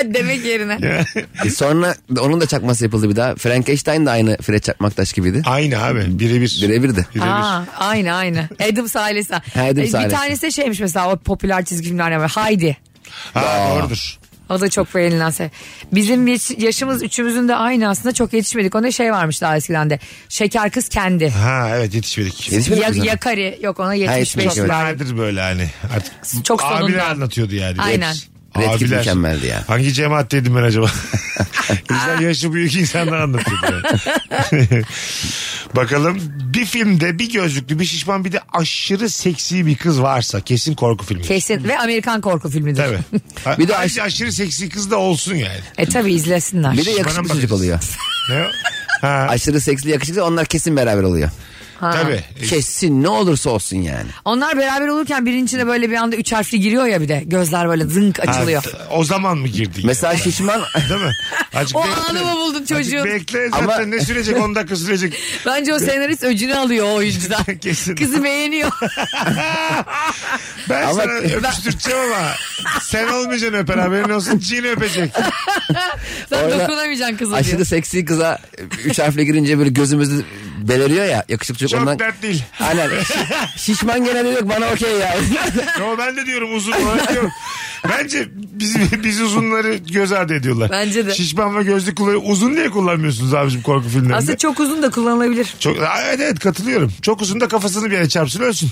Demek yerine. E sonra onun da çakması yapıldı bir daha. Frankenstein de aynı Fred çakmaktaş gibiydi. Aynı abi. Birebir. Birebir de. Birebir. Aa, aynı aynı. Adams ailesi. E, Adams Bir ailesi. tanesi de şeymiş mesela o popüler çizgi filmlerden var. Haydi. Ha, doğrudur. O da çok beğenilen şey. Bizim yaş- yaşımız üçümüzün de aynı aslında çok yetişmedik. Onda şey varmış daha eskiden de. Şeker kız kendi. Ha evet yetişmedik. Yetişmedi mi Ya, sana? yakari yok ona 75 yetişmiş, Çok evet. var. nadir böyle hani. Artık Çok abiler sonunda. anlatıyordu yani. Aynen. Hepsi. Red Kit mükemmeldi ya. Hangi cemaatteydim ben acaba? Güzel yaşı büyük insanlar anlatıyordu. yani. Bakalım bir filmde bir gözlüklü bir şişman bir de aşırı seksi bir kız varsa kesin korku filmi. Kesin ve Amerikan korku filmidir. Tabii. bir Bir de de aşırı, seksi kız da olsun yani. E tabi izlesinler. Bir de yakışıklı bakacağız. çocuk oluyor. Ne o? Ha, Aşırı seksli yakışıklı onlar kesin beraber oluyor. Ha. tabii. Kesin ne olursa olsun yani. Onlar beraber olurken birinin içine böyle bir anda üç harfli giriyor ya bir de. Gözler böyle zınk Ha, açılıyor. o zaman mı girdi? Mesela şişman Değil mi? Azıcık O bekle. anı mı buldun çocuğun? Azıcık Bekle zaten Ama- ne sürecek 10 dakika sürecek. Bence o senarist öcünü alıyor o oyuncudan. Kesin. Kızı beğeniyor. Ben Ama- sana öpüştüreceğim ama sen olmayacaksın öper haberin olsun Cin öpecek. Sen Orada dokunamayacaksın kızı aşırı diyor. seksi kıza e, üç harfle girince böyle gözümüzü beleriyor ya yakışıklı çocuk Çok ondan. dert değil. Aynen. Şi- Şişman genelde yok bana okey ya. Yo, ben de diyorum uzun olarak diyorum. Bence biz, biz uzunları göz ardı ediyorlar. Bence de. Şişman ve gözlük kullanıyor. Uzun niye kullanmıyorsunuz abicim korku filmlerinde? Aslında çok uzun da kullanılabilir. Çok, Aa, evet evet katılıyorum. Çok uzun da kafasını bir yere çarpsın ölsün.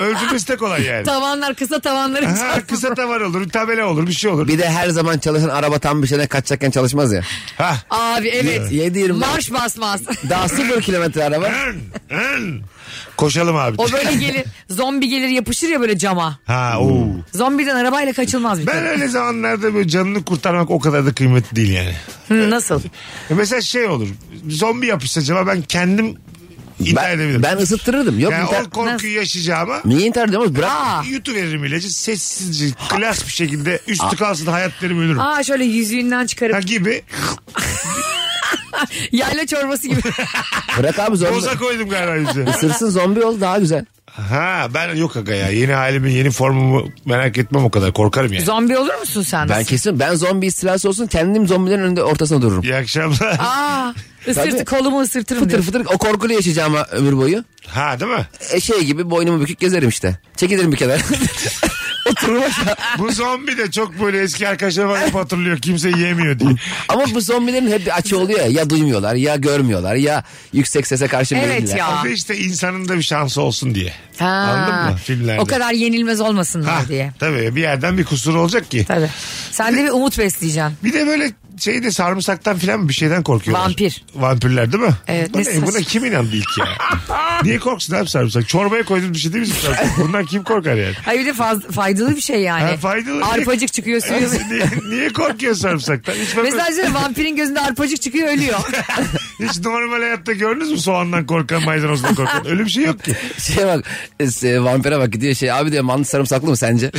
Öldürmesi de kolay yani. Tavanlar kısa tavanların Ha, kısa tavan olur, bir tabela olur, bir şey olur. Bir de her zaman çalışan araba tam bir şeyden kaçacakken çalışmaz ya. Ha. Abi evet. Yedi yirmi. Marş basmaz. Daha sıfır kilometre araba. Ön, ön. Koşalım abi. O böyle gelir zombi gelir yapışır ya böyle cama. ha oo. Zombiden arabayla kaçılmaz bir Ben kere. öyle zamanlarda böyle canını kurtarmak o kadar da kıymetli değil yani. Hı, nasıl? E Mesela şey olur. Zombi yapışsa acaba ben kendim intihar Ben, edebilirim. ben ısıttırırdım. Yok yani intihar- o korkuyu yaşayacağıma Niye intihar ediyorum? Bırak. Aa, yutuveririm ilacı. Sessizce, klas bir şekilde üstü kalsın hayatlarım ölürüm. aa şöyle yüzüğünden Ha çıkarıp gibi yayla çorbası gibi. Bırak abi zombi. boza koydum galiba yüzüğü. Isırsın zombi ol daha güzel. Ha ben yok aga ya. Yeni halimi, yeni formumu merak etmem o kadar. Korkarım yani. Zombi olur musun sen? Ben kesin ben zombi istilası olsun kendim zombilerin önünde ortasına dururum. İyi akşamlar. Aa, ısırtı, Tabii. kolumu ısırtırım Fıtır diyor. fıtır o korkuyla yaşayacağım ha ömür boyu. Ha değil mi? E, şey gibi boynumu bükük gezerim işte. Çekilirim bir kenara. Otururum aşağı. Bu zombi de çok böyle eski arkadaşlarım hep hatırlıyor. Kimse yemiyor diye. Ama bu zombilerin hep bir açı oluyor ya. Ya duymuyorlar ya görmüyorlar ya yüksek sese karşı Evet meyilliler. ya. Aa. Abi işte insanın da bir şansı olsun diye. Ha. Anladın mı? Filmlerde. O kadar yenilmez olmasınlar Ha, diye. Tabii bir yerden bir kusur olacak ki. Tabii. Sen de bir umut besleyeceksin. Bir de böyle şeyde sarımsaktan filan bir şeyden korkuyorlar. Vampir. Vampirler değil mi? Evet, Bu ne ne- saçma. buna kim inandı ilk ya? Niye korksun abi sarımsak? Çorbaya koydum bir şey değil mi sarımsak? Bundan kim korkar yani? Hayır bir de faz- faydalı bir şey yani. Ha, faydalı. Arpacık çıkıyor suyun. niye, niye korkuyor sarımsaktan? Hiç, ben- Mesela işte vampirin gözünde arpacık çıkıyor ölüyor. hiç normal hayatta gördünüz mü soğandan korkan maydanozdan korkan? Öyle bir şey yok ki. Şey bak e, vampire bak gidiyor şey abi diyor mantı sarımsaklı mı sence?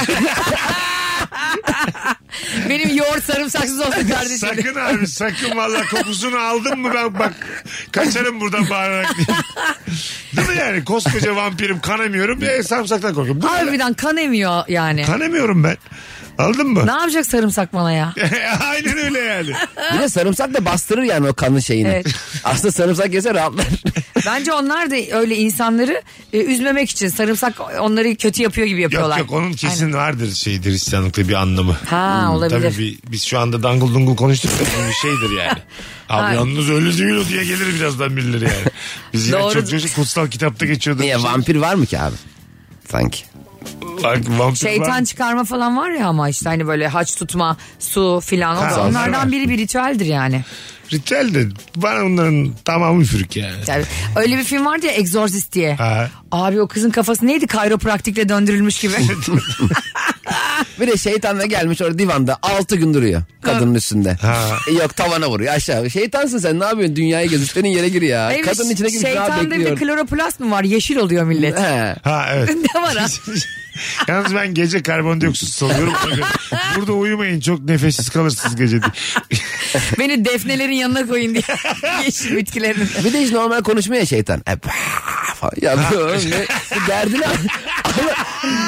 Benim yoğurt sarımsaksız olsun kardeşim. Sakın abi sakın valla kokusunu aldın mı ben bak kaçarım buradan bağırarak diye. Değil mi yani koskoca vampirim kanamıyorum ve sarımsaktan korkuyorum. Bu ne lan? Harbiden kan emiyor yani. Kanamıyorum ben. Aldın mı? Ne yapacak sarımsak bana ya? Aynen öyle yani. Bir de sarımsak da bastırır yani o kanlı şeyini. Evet. Aslında sarımsak yese rahatlar. Bence onlar da öyle insanları e, üzmemek için sarımsak onları kötü yapıyor gibi Yok yapıyorlar. yok onun kesin vardır şeydir Hristiyanlıkta bir anlamı. Ha olabilir. Tabii bir- biz şu anda dangıl dungul konuştuk da bu bir şeydir yani. Abi Ay. yalnız öyle değil o diye gelir birazdan birileri yani. Biz yine Doğru. çok çocuk kutsal kitapta geçiyordu. Niye vampir var mı ki abi? Sanki. Şey, Bak, vampir var. Şeytan çıkarma falan var ya ama işte hani böyle haç tutma, su filan. O Ha, da zaten var. onlardan biri bir ritüeldir yani. Ritüel de bana bunların tamamı üfürük yani. yani. Öyle bir film vardı ya Exorcist diye. Ha. Abi o kızın kafası neydi? Kayropraktikle döndürülmüş gibi. Bir de şeytan da gelmiş orada divanda 6 gün duruyor kadının üstünde. Ha. E, Yok tavana vuruyor aşağı. Şeytansın sen ne yapıyorsun dünyayı gezip senin yere gir ya. Neymiş? Kadının içine girip daha Şeytanda bir de bekliyor. kloroplast mı var? Yeşil oluyor millet. He. Ha evet. ne var ha? Yalnız ben gece karbondioksit salıyorum. Ona göre. Burada uyumayın çok nefessiz kalırsınız gece diye. Beni defnelerin yanına koyun diye. Yeşil bitkilerin. Bir de hiç normal konuşmuyor ya şeytan. E, falan. ya bu oğlum ne? Bu Derdini an- anla-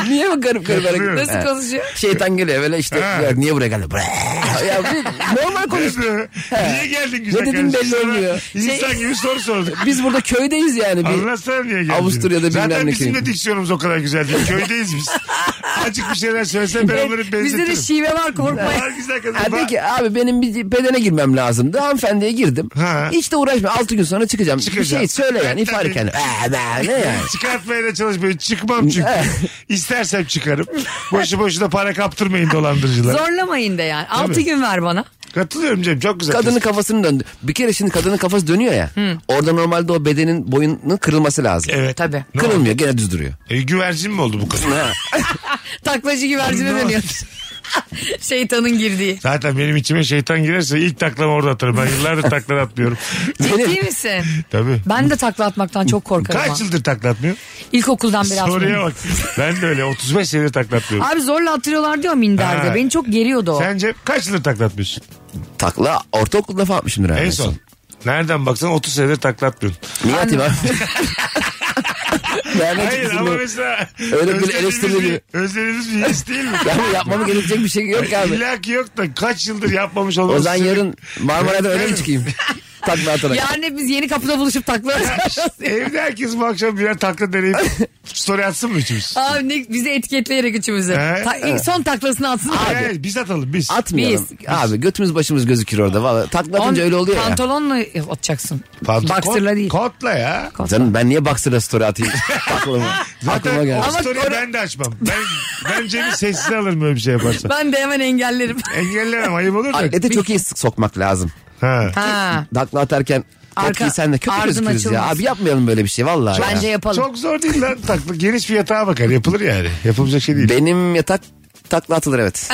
Niye bu garip garip hareket? Kızıyor. Nasıl He. konuşuyor? Şeytan geliyor böyle işte Ha. ya niye buraya geldin? Bra- ya bir- normal konuş. niye geldin güzel Ne dediğin kardeşim? belli Sana olmuyor. İnsan gibi soru sorduk. Biz burada köydeyiz yani. Bir, Anlatsana niye geldin. Avusturya'da bilmem Zaten ne bizim de köyüm. diksiyonumuz o kadar güzel değil. Köydeyiz biz. Azıcık bir şeyler söylesen ben onları Bizde de benzetirim. şive var korkmayın. Var güzel kadın. Ha, Bak- peki abi benim bir bedene girmem lazımdı. Hanımefendiye girdim. Ha. Hiç de uğraşma. 6 gün sonra çıkacağım. Bir Çıkacağım. şey söyle yani Evet, ifade tabii. kendi. Ee, ben ne yani? Çıkartmaya da çalışmıyorum. Çıkmam çünkü. İstersem çıkarım. Boşu boşuna para kaptırmayın dolandırıcılara. Zorlamayın de yani. 6 gün ver bana. Katılıyorum Cem çok güzel. Kadının kafasını döndü. Bir kere şimdi kadının kafası dönüyor ya. Orada normalde o bedenin boyunun kırılması lazım. Evet. Tabii. Ne oldu? Kırılmıyor gene düz duruyor. E, güvercin mi oldu bu kadın? Taklacı güvercine Ne dönüyor. Şeytanın girdiği. Zaten benim içime şeytan girerse ilk taklamı orada atarım. Ben yıllardır takla atmıyorum. Ciddi misin? Tabii. Ben de takla atmaktan çok korkarım. Kaç ha. yıldır takla atmıyorum? İlkokuldan beri Soruya atmıyorum. bak. Ben de öyle 35 senedir takla atmıyorum. Abi zorla attırıyorlar diyor minderde. Ha. Beni çok geriyordu o. Sence kaç yıldır takla atmıyorsun? Takla ortaokulda falan atmışımdır. herhalde En son. Nereden baksan 30 senedir takla atmıyorsun. Niye atayım abi? Yani Hayır açıkçası ama bu- mesela Öyle bir özlediğimiz eleştirili- bir- özlediğimiz bir his değil mi? Ya bu yapmam gerekecek bir şey yok abi. İlla ki yok da kaç yıldır yapmamış O olmamız. zaman yarın Marmara'da öyle mi çıkayım? Takla atarak. Yarın hepimiz yeni kapıda buluşup takla atacağız. Evde herkes bu akşam birer takla deneyip story atsın mı üçümüz? Abi ne, bizi etiketleyerek üçümüzü. He. Ta- ilk son taklasını atsın. Hayır, biz atalım biz. Atmayalım. Biz- Abi götümüz başımız gözükür orada. Vallahi takla On- atınca öyle oluyor ya. Pantolonla atacaksın. Pantolon- Boxer'la kot- değil. Kotla ya. Canım ben niye Boxer'a story atayım? Aklıma, aklıma Zaten geldi. o Ama story kora- ben de açmam. Ben, ben Cem'i sessiz alırım öyle bir şey yaparsa. Ben de hemen engellerim. Engellemem ayıp olur da. Atlete çok iyi sık- sokmak lazım. Ha. ha. Takla atarken Yatıyı sen de kötü ardın gözükürüz ya. açılmaz. Abi yapmayalım böyle bir şey vallahi. Bence ya. yapalım. Çok zor değil lan. Takla geniş bir yatağa bakar. Yapılır yani. Yapılacak şey değil. Benim yatak takla atılır evet.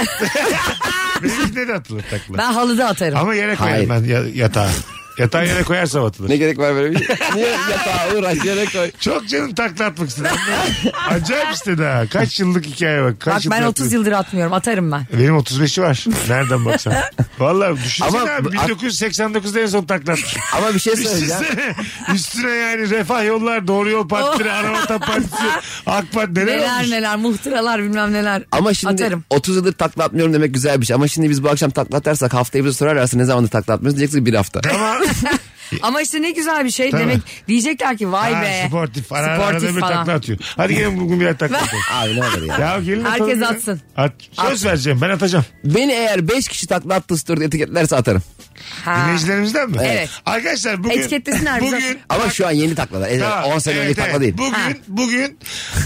Benimkine de atılır takla. Ben halıda atarım. Ama yere koyarım ben Hayır. ya- yatağı. Yatağı yere koyarsam atılır. ne gerek var böyle bir şey? Niye yatağa uğraş yere koy. Çok canım takla atmak istedim. Acayip istedi ha. Kaç yıllık hikaye bak. Kaç Bak ben yıldır 30 atılır. yıldır atmıyorum atarım ben. Benim 35'i var. Nereden baksan. Vallahi düşünsene Ama abi bu- 1989'da en son taklatmışım. Ama bir şey söyleyeceğim. Düşünsene üstüne yani Refah Yollar, Doğru Yol Partileri, Anavatan Partisi, AK Parti neler, Oh. Neler olmuş? neler muhtıralar bilmem neler. Ama şimdi Atarım. 30 yıldır takla atmıyorum demek güzel bir şey. Ama şimdi biz bu akşam takla atarsak haftaya bize sorarlarsa ne zamandır takla atmıyoruz diyeceksin ki bir hafta. Ama Ama işte ne güzel bir şey Tabii. demek. Diyecekler ki vay ha, be. sportif. Ara, arada bir falan. takla atıyor. Hadi gelin bugün bir takla atalım. Abi ne olur ya. Ya gelin Herkes atalım ya. atsın. At. Söz vereceğim ben atacağım. Beni eğer 5 kişi takla attığı story etiketlerse atarım. Ha. Dinleyicilerimizden mi? Evet. Arkadaşlar bugün... Etiketlesinler bizi. Bugün... Ama şu an yeni taklalar. Evet, Tamam. 10 sene Evet, önceki takla evet. değil. Bugün, Ha. bugün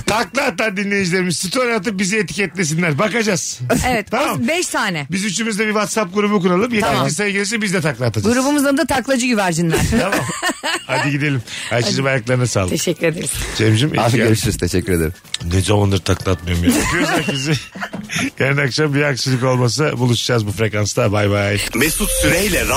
takla atan dinleyicilerimiz story atıp bizi etiketlesinler. Bakacağız. Evet 5 tamam. tane. Biz üçümüz de bir WhatsApp grubu kuralım. Yeterli Tamam. sayı gelirse biz de takla atacağız. Grubumuzun adı taklacı güvercinler. Tamam. Hadi gidelim. Ayşe'cim ayaklarına sağlık. Teşekkür ederiz. Cem'cim iyi Abi ki geldin. görüşürüz teşekkür ederim. Ne zamandır takla atmıyorum ya. Öpüyoruz herkesi. Yarın akşam bir aksilik olmasa buluşacağız bu frekansta. Bay bay. Mesut Süreyle